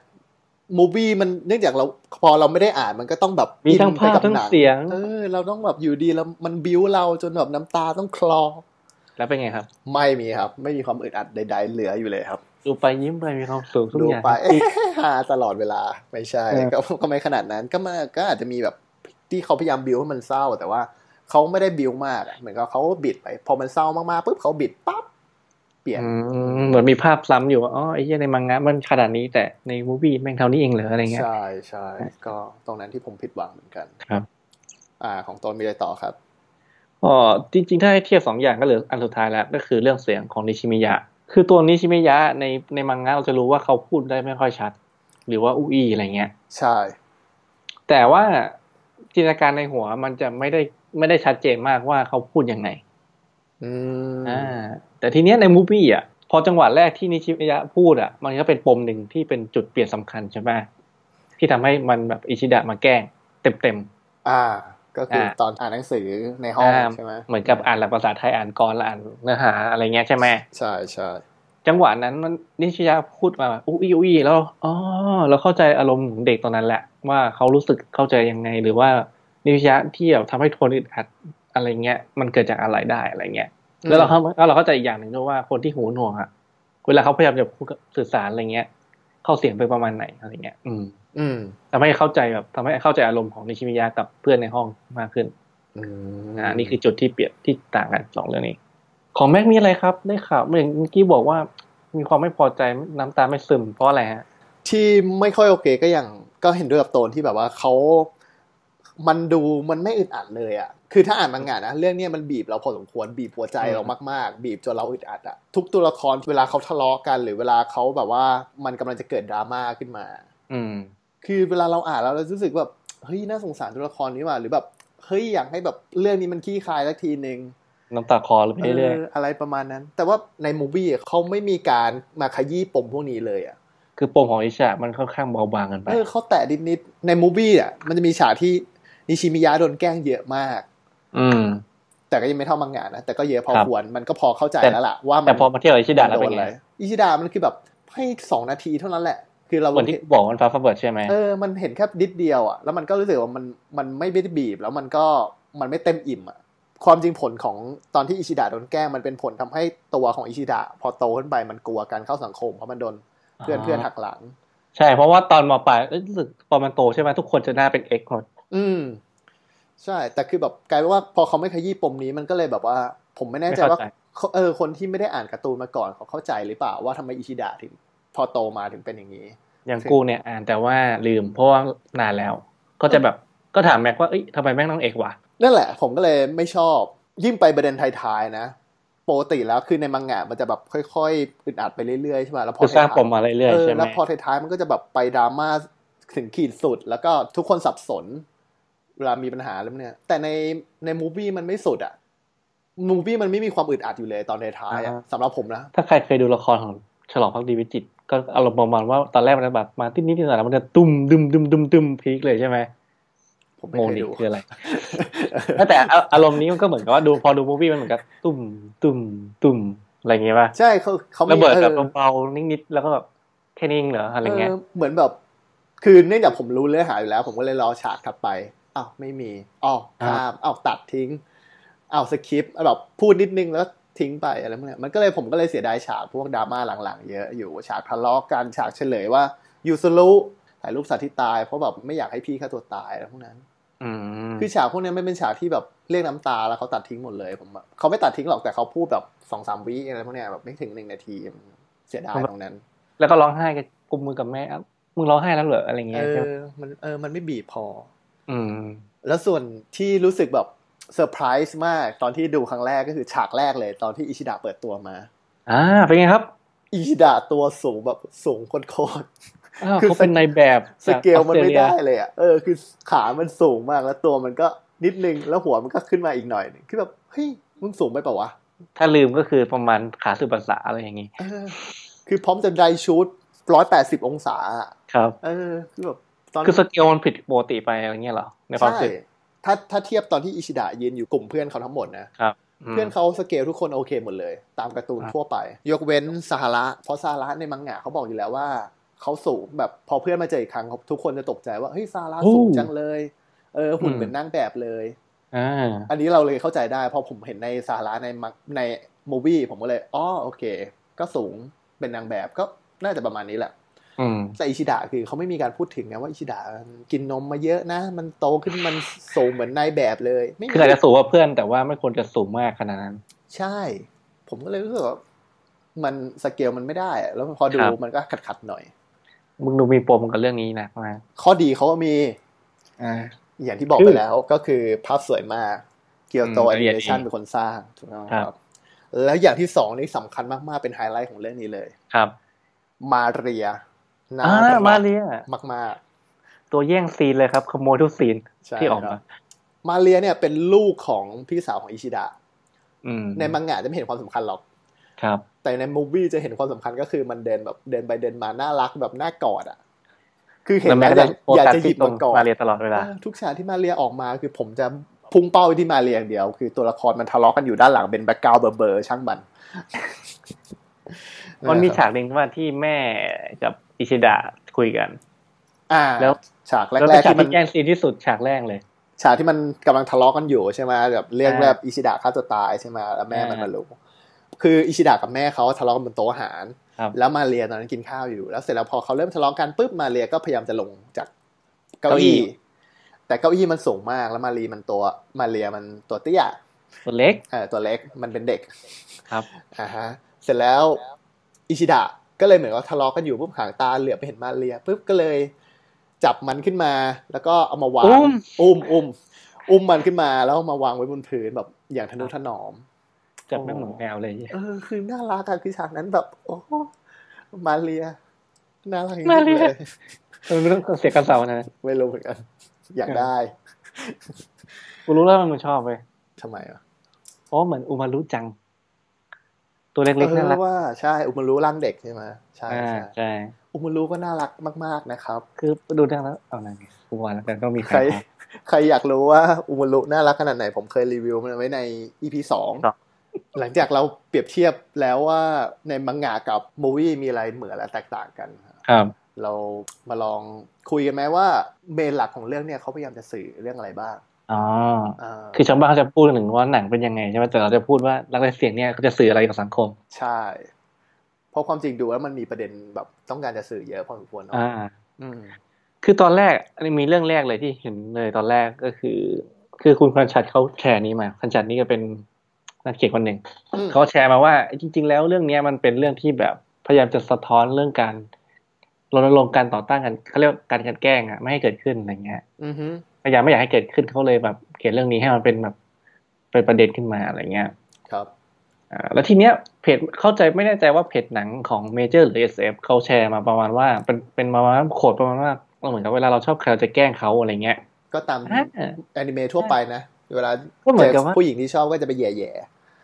D: มูบี้มันเนื่องจากเราพอเราไม่ได้อ่านมันก็ต้องแบบ
E: มีทั้ง
D: อินไป
E: ภาพ
D: กับ
E: ทั้ง
D: หนั
E: เสียง
D: เออเราต้องแบบอยู่ดีแล้วมันบิ้วเราจนแบบน้ำตาต้องคลอ
E: แล้วเป็นไงครับ
D: ไม่มีครับ ไม่มีความอึดอัดใด ๆ เหลืออยู่เลยครับ
E: ดูไปยิ้มไปมีความสุขทุก
D: ดู
E: อย่าง
D: ไปเอ๊ะ <laughs> ฮาตลอดเวลาไม่ใช่
E: เออ
D: ก็ก็ไม่ขนาดนั้นก็มาก็อาจจะมีแบบที่เขาพยายามบิ้วให้มันเศร้า แต่ว่าเขาไม่ได้บิ้วมากอะเหมือนกับเขาบิดไป พอมันเศร้ามากๆปุ๊บเขาบิดปั๊บเปลี่ยน
E: อืมเหมือนมีภาพซ้ำอยู่ว่าอ๋อไอ้เหี้ยในมังงะมันขนาดนี้แต่ในมูฟี่แม่งเท่านี้เองเหรออะไรเงี้ย
D: ใช่ใช่ก็ตรงนั้นที่ผมผิดหวังเหมือนกัน
E: ครับ
D: อ่า ของตนมีอะไรต่อครับ
E: อ๋อจริงๆ ถ้าให้เทียบสองอย่างก็เหลืออันสุดท้ายแล้วก็คือเรื่องเสียงของนิชิมิยะ คือตัวนิชิมิยะในในมังงะเราจะรู้ว่าเขาพูดได้ไม่ค่อยชัด หรือว่าอุอีอะไรเงี้ย
D: ใช่
E: แต่ว่าจินตนาการในหัวมันจะไม่ได้ไม่ได้ชัดเจนมากว่าเขาพูดยังไง
D: อืม
E: อ่าแต่ทีเนี้ยในมูฟี่อ่ะพอจังหวะแรกที่นิชิมิยะพูดอ่ะ มันก็เป็นปมหนึ่งที่เป็นจุดเปลี่ยนสำคัญใช่ไหมที่ทำให้มันแบบอิชิดะมาแกล้งเต็มเต็ม
D: อ่า ก็คืออา ตอนอ่านหนังสือในห้อง
E: อ่า
D: ใช่ไหม
E: ๆเหมือนกับอ่านหลักภาษาไทยอ่านกรและอ่านเนื้อหาอะไรเงี้ยใช่ไหม
D: ใช่ใช่
E: จังหวะนั้นมันนิชิยะพูดมาแบบอุ้ยอุ้ยแล้วอ๋อเราเข้าใจอารมณ์ของเด็กตอนนั้นแหละ ว่าเขารู้สึกเข้าใจยังไง หรือว่านิชิยะที่แบบทำให้โทนอึดอัดอะไรเงี้ยมันเกิดจากอะไรได้อะไรเงี้ย แล้วเราเข้าแล้วเราเข้าใจอีกอย่างหนึ่งด้วยว่าคนที่หูหนวกอะเวลาเขาพยายามจะพูดกับสื่อสารอะไรเงี้ย เข้าเสียงไปประมาณไหนอะไรเงี้ย อืม
D: อืม
E: ทำให้เข้าใจแบบทำให้เข้าใจอารมณ์ของนิชิมิยะกับเพื่อนในห้องมากขึ้นอ่านี่คือจุดที่เปรียบที่ต่างกันสองเรื่องนี้ ของแม็กมีอะไรครับได้ข่าวเมื่อเมื่อกี้บอกว่า มีความไม่พอใจน้ำตาไม่ซึมเพราะอะไรฮะ
D: ที่ไม่ค่อยโอเคก็อย่างก็เห็นด้วยกับโตนที่แบบว่าเขา มันดูมันไม่อึดอัดเลยอะ่ะ คือถ้าอ่านมังงะนะเรื่องเนี้ยมันบีบเราพอสมควรบีบหัวใจ
E: อืม
D: เรามากๆ บีบจนเราอึดอัดอะ่ะทุกตัวละครเวลาเขาทะเลาะกัน หรือเวลาเขาแบบว่ามันกำลังจะเกิดดราม่าขึ้นมา
E: อืม
D: คือเวลาเราอ่านแล้วเรารู้สึกแบบเฮ้ยน่าสงสารตัวละครนี้ว่ะหรือแบบเฮ้ยอยากให้แบบเรื่องนี้มันขี้คายสักทีนึง
E: น้ำตาคลอเลยไปเรื่อย
D: เอออะไรประมาณนั้น แต่ว่าในมูวี่อะเขาไม่มีการมาขยี้ปมพวกนี้เลยอ่ะ
E: ๆคือปมของอิชะมันค่อนข้างเบาบางกันไป
D: เออเขาแตะนิดนิดๆในมูวี่อ่ะมันจะมีฉากที่นิชิมิยะโดนแกล้งเยอะมาก
E: อืม
D: แต่ก็ยังไม่เท่ามังงะนะ แต่ก็เยอะพอ
E: ครับ
D: ควรมันก็พอเข้าใจแล้วล่ะว่ามั
E: แต่พอมาเที่ยวอิชิดะแล้ว
D: มั
E: เป็น
D: โน
E: ไง
D: อะไรอิชิดามันคือแบบให้สองนาทีเท่านั้นแหละ คือเรา
E: เหมือนที่บอกว่ามันฟ้าฟาเบิร์ดใช่ไหม
D: เออมันเห็นแค่นิดเดียวอ่ะแล้วมันก็รู้สึกว่ามันมันไม่ได้บีบ แล้วมันก็มันไม่เต็มอิ่มอ่ะ ความจริงผลของตอนที่อิชิดะโดนแกล้งมันเป็นผลทำให้ตัวของอิชิดะพอโตขึ้นไปมันกลัวการเข้าสังคมเพราะมันโดนเพื่อนเพื่อนหักหลัง
E: ใช่ เพราะว่าตอนมปลายเอ้ยรู้สึกตอนมันโตใช่ไหมทุกคนจะหน้าเป็นเอกหมด
D: อืม ใช่ แต่คือแบบกลายเป็นว่าพอเขาไม่ขยี้ปมนี้มันก็เลยแบบว่า ผมไม่แน่ใจว่าเขาเออคนที่ไม่ได้อ่านการ์ตูนมาก่อนเขาเข้าใจหรือเปล่าว่าทำไมอิชิดะถึง พอโตมาถึงเป็นอย่างนี้
E: อย่างกูเนี่ยอ่านแต่ว่าลืมเพราะว่านานแล้ว ก็จะแบบก็ถามแม็กว่าเอ้ยทำไมแม่งต้องเอกวะ
D: นั่นแหละ ผมก็เลยไม่ชอบ ยิ่งไปประเด็นท้ายๆนะปกติแล้วคือในมังงะมันจะแบบค่อยๆอึดอัดไปเรื่อยๆใช่ไหมแล้วพอ
E: คือสร้างปม
D: ท้ย
E: มาเรื่อย
D: เอ
E: ๆ
D: อ
E: ใช่ไหม
D: แล้วพอท้ายๆมันก็จะแบบไปดราม่าถึงขีดสุด แล้วก็ทุกคนสับสน เวลามีปัญหาแล้วเนี่ย แต่ในในมูฟวี่มันไม่สุดอะมูฟวี่มันไม่มีความอึดอัดอยู่เลยตอนท้ายๆอะสำหรับผมนะ
E: ถ้าใครเคยดูละครของฉลองพักดีวิจิตรก็อารมณ์ประมาณว่าตอนแรกมันจะแบบมาติดนิดนิดหน่อยแล้วมันจะตุ้มดุมดุมดุมดุมพีคเลยใช่ไหม
D: ผมไม่
E: งง
D: เคย
E: ดิ
D: ดู
E: คืออะไร แต่อารอารมณ์นี้มันก็เหมือนกับว่าดูพอดูมูฟวี่มันเหมือนกับตุ้มตุ้มตุ้มอะไรอย่างเงี้ยป่ะ
D: ใช่เขาเขามี
E: ระเบิดแบบ
D: ออ
E: เบาๆนิดๆแล้วก็แบบแค่นิ่งเหรออะไรเงี้ย
D: เออเหมือนแบบคือเนื่องจากผมรู้เนื้อหาอยู่แล้ว ผมก็เลยรอฉากถัดไปอ้าวไม่มีอ้าว
E: อ่า
D: ข้ามอ้าวตัดทิ้งอ้าวสคริปต์แบบพูดนิดนึงแล้วทิ้งไปอะไรพวกเนี้ยมันก็เลยผมก็เลยเสียดายฉากพวกดราม่าหลังๆ เยอะอยู่ฉากทะเลาะกันฉากเฉลยว่ายูซุรุถ่ายรูปสัตว์ที่ตายเพราะแบบไม่อยากให้พี่ฆ่าตัวตายอะไรพวกนั้น
E: อืม
D: คือฉากพวกเนี้ยไม่เป็นฉากที่แบบเรียกน้ำตาแล้วเขาตัดทิ้งหมดเลยผมแบบเขาไม่ตัดทิ้งหรอกแต่เขาพูดแบบสองสามวิอะไรพวกเนี้ยแบบไม่ถึงหนึ่งนาทีเสียดายตรงนั้น
E: แล้วก็ร้องไห้กันกุมมือกับแม่อ่ะมึงร้องไห้แล้วเหรออะไรเงี้
D: เอย
E: ใช่ไ
D: อ
E: หม
D: มันเออมันไม่บีบพอ
E: อืม
D: แล้วส่วนที่รู้สึกแบบเซอร์ไพรส์มากตอนที่ดูครั้งแรกก็คือฉากแรกเลย ตอนที่อิชิดะเปิดตัวมา
E: อ่า เป็นไงครับ
D: อิชิดะตัวสูงแบบสูงโคตร
E: อ้าว
D: คือ
E: เขาเป็นในายแบบ
D: ๆสเกลมันไม่ได้
E: จากออสเตรเลีย
D: เลยอ่ะเออคือขามันสูงมากแล้วตัวมันก็นิดนึงแล้วหัวมันก็ขึ้นมาอีกหน่อยนึงคือแบบเฮ้ยมึงสูงไปเปล่าวะ
E: ถ้าลืมก็คือประมาณขาสุภาษาอะไรอย่างงี้
D: เออคือพร้อมจะไดชูดร้อยแปดสิบองศาอะ
E: ครับ
D: เออคือแบบตอน
E: คือสเกลมันผิดปกติไปอะไรเงี้ยเหรอ ในความรู้สึก
D: ใช่ถ้าถ้าเทียบตอนที่อิชิดะยืนอยู่กลุ่มเพื่อนเขาทั้งหมดนะ
E: ครับม
D: เพื่อนเขาสเกลทุกคนโอเคหมดเลย ตามการ์ตูนทั่วไป ยกเว้นสหระเพราะสหระในมังงะเขาบอกอยู่แล้วว่า เขาสูงแบบพอเพื่อนมาเจออีกครั้งทุกคนจะตกใจว่าเฮ้ยสหระสูงจังเลยเออหุ่นเหมือนนางแบบเลย
E: อ่า
D: อันนี้เราเลยเข้าใจได้เพอผมเห็นในสหระในมังในมูวี่ผมก็เลยอ๋อโอเค ก็สูงเป็นนางแบบก็น่าจะประมาณนี้แหละ
E: อืม
D: แต่อิชิดะคือเขาไม่มีการพูดถึงนะว่าอิชิดะกินนมมาเยอะนะ มันโตขึ้นมันสูงเหมือนนายแบบเลยไม่มี
E: คืออาจจะสูงกว่าเพื่อนแต่ว่าไม่ควรจะสูงมากขนาดนั้น
D: ใช่ ผมก็เลยรู้สึกว่ามันสเกลมันไม่ได้อะแล้วพอดู
E: ครับ
D: มันก็ขัดขัดๆหน่อย
E: มึงดูมีปมกับเรื่องนี้หนักมาก
D: ข้อดีเขาก็มี
E: อ่า
D: อย่างที่บอกไปแล้วก็คือภาพสวยมากเกียวโต
E: อืม
D: แอ
E: ละเอี
D: นิ
E: ยด
D: เมชัน
E: ดี
D: เป็นคนสร้างถูกต้องไหม
E: ค
D: ค
E: รั
D: รับ บ แล้วอย่างที่สองนี่สำคัญมาก ๆ เป็นไฮไลท์ของเรื่องนี้เลย
E: ครับ
D: มาเรีย
E: อ่า
D: ทำ
E: มาเรีย
D: มาก
E: ตัวแย่งซีนเลยครับขโมยทุกซีน
D: ๆใช่
E: ที่ออก
D: ค
E: มา
D: รับมาเรียเนี่ยเป็นลูกของพี่สาวของอิชิดะ
E: อืม
D: ในมังงะจะไม่เห็นความสำคัญหรอก
E: ครับ
D: แต่ในมูฟวี่จะเห็นความสำคัญก็คือมันเดินแบบเดินไปเดินมาน่ารักแบบน่ากอดอ่ะ คือเห็น
E: แล้วแม็
D: แล้
E: ก
D: วอยากอ
E: ก็จะโฟ
D: ยาก
E: กัส
D: จะหยิ
E: ที่
D: บ
E: ตร
D: มาง กอด
E: มาเรียตลอดเวลา
D: เออทุกฉากที่มาเรียออกมาคือผมจะพุ่งเป้าไปที่มาเรียอย่างเดียว คือตัวละครมันทะเลาะกันอยู่ด้านหลังเป็นแบ็กกราวด์เบอร์ๆช่างมัน
E: มันมีฉากหนึ่งว่าที่แม่กับอิชิดะคุยกัน
D: อ่า
E: แล้ว
D: ฉาก
E: แล้ว
D: แร
E: เป็
D: ก
E: น
D: ๆ
E: ฉาก
D: ที่มัน
E: ที่แย่งซีนที่สุดฉากแรกเลย
D: ฉากที่มันกำลังทะเลาะกันอยู่ใช่ไหมแบบเรื่อง
E: อ่า
D: แบบอิชิดะฆ่าตัวตายใช่ไหมแล้วแม่มัน
E: อ่าม
D: มารู้คืออิชิดะกับแม่เขาทะเลาะกันบนโต๊ะอาหาร
E: ครับ
D: แล้วมาเรียตอนนั้นกินข้าวอยู่ แล้วเสร็จแล้วพอเขาเริ่มทะเลาะกันปุ๊บมาเรียก็พยายามจะลงจากเก้าอี้ แต่เก้าอี้มันสูงมากแล้วมาเรียมันตัวมาเรียมันตัวเตี้ย
E: ตัวเล็ก
D: เออตัวเล็กมันเป็นเด็ก
E: ครับ
D: อ่าฮะเสร็จแล้วอิชิดะก็เลยเหมือนว่าทะเลาะกันอยู่ปุ๊บหางตาเหลือบไปเห็นมาเรียปุ๊บก็เลย จับมันขึ้นมา แล้วก็เอามาวาง
E: อุ้ม
D: อุ้มอุ้มอุ้มมันขึ้นมาแล้วเอามาวางไว้บนพื้นแบบอย่างทะนุถนอม
E: จับแม่งเหมือนแมวเลย <laughs>
D: เออคือน่ารักอะคือฉากนั้นแบบ โอ้มาเรียน่ารักจริง
E: มา
D: ๆ
E: เรีย
D: เลย
E: มันไม่ต้องเสียการเสานะ
D: ไม่รู้เหมือนกัน อยากได้
E: กูรู้แล้วว่ามึงชอบเว้ย
D: ทำไมอะ
E: เพราะเหมือนอุมารุจัง ตัวเล็กๆ
D: เอ
E: น่า
D: อ
E: รัก
D: ว่าใช่ อุมารุร่างเด็กใช่ไหมใช่
E: อ่า
D: ใช่
E: ใช่
D: อุมารุก็น่ารักมาก ๆนะครับ
E: คือดูดังแล้วเอาอะไรเนี่ยกูว่าแล้วกันต้องมีใค
D: ใค
E: ร
D: ร ใครอยากรู้ว่าอุมารุน่ารักขนาดไหน ผมเคยรีวิวมันไว้ใน EP สองหลังจากเราเปรียบเทียบแล้วว่าในมังงะกับมูวี่มีอะไรเหมือนและแตกต่างกัน
E: ครับ
D: เรามาลองคุยกันไหมว่าเมนหลักของเรื่องเนี่ยเขาพยายามจะสื่อเรื่องอะไรบ้าง
E: อ๋อ
D: อ่า
E: คือชาวบ้านเขาจะพูดถึงว่าหนังเป็นยังไงใช่ไหมแต่เราจะพูดว่ารักและเสียงเนี่ยเขาจะสื่ออะไรกับสังคม
D: ใช่ เพราะความจริงดูแล้วมันมีประเด็นแบบต้องการจะสื่อเยอะพอสมควรเนาะ
E: อ่า
D: อืม
E: คือตอนแรกอันนี้มีเรื่องแรกเลยที่เห็นเลยตอนแรกก็คือ คือคุณคันชัดเขาแชร์นี้มาคันชัดนี่ก็เป็นนักเขียนคนหนึ่ง
D: อืม
E: เขาแชร์มาว่าจริง ๆ แล้วเรื่องเนี้ยมันเป็นเรื่องที่แบบพยายามจะสะท้อนเรื่องการรณรงค์การต่อต้านกันเขาเรียกว่าการกันแกล้งอะไม่ให้เกิดขึ้นอะไรเงี้ย
D: อือฮึ
E: พยายามไม่อยากให้เกิดขึ้นเขาเลยแบบเขียนเรื่องนี้ให้มันเป็นแบบเป็นประเด็นขึ้นมาอะไรเงี้ย
D: ครับ
E: อ่าแล้วทีเนี้ยเพจเข้าใจไม่แน่ใจว่าเพจหนังของเมเจอร์หรือ SF เขาแชร์มาประมาณว่าเป็นเป็นประมาณว่าโขดประมาณว่าเหมือนกับเวลาเราชอบใครเราจะแกล้งเขาอะไรเงี้ย
D: ก็ตาม
E: อ่า
D: แอนิเมะทั่วไปนะ เวลา
E: ก็เหมือนกับว่า
D: ผู้หญิงที่ชอบก็จะไปแย่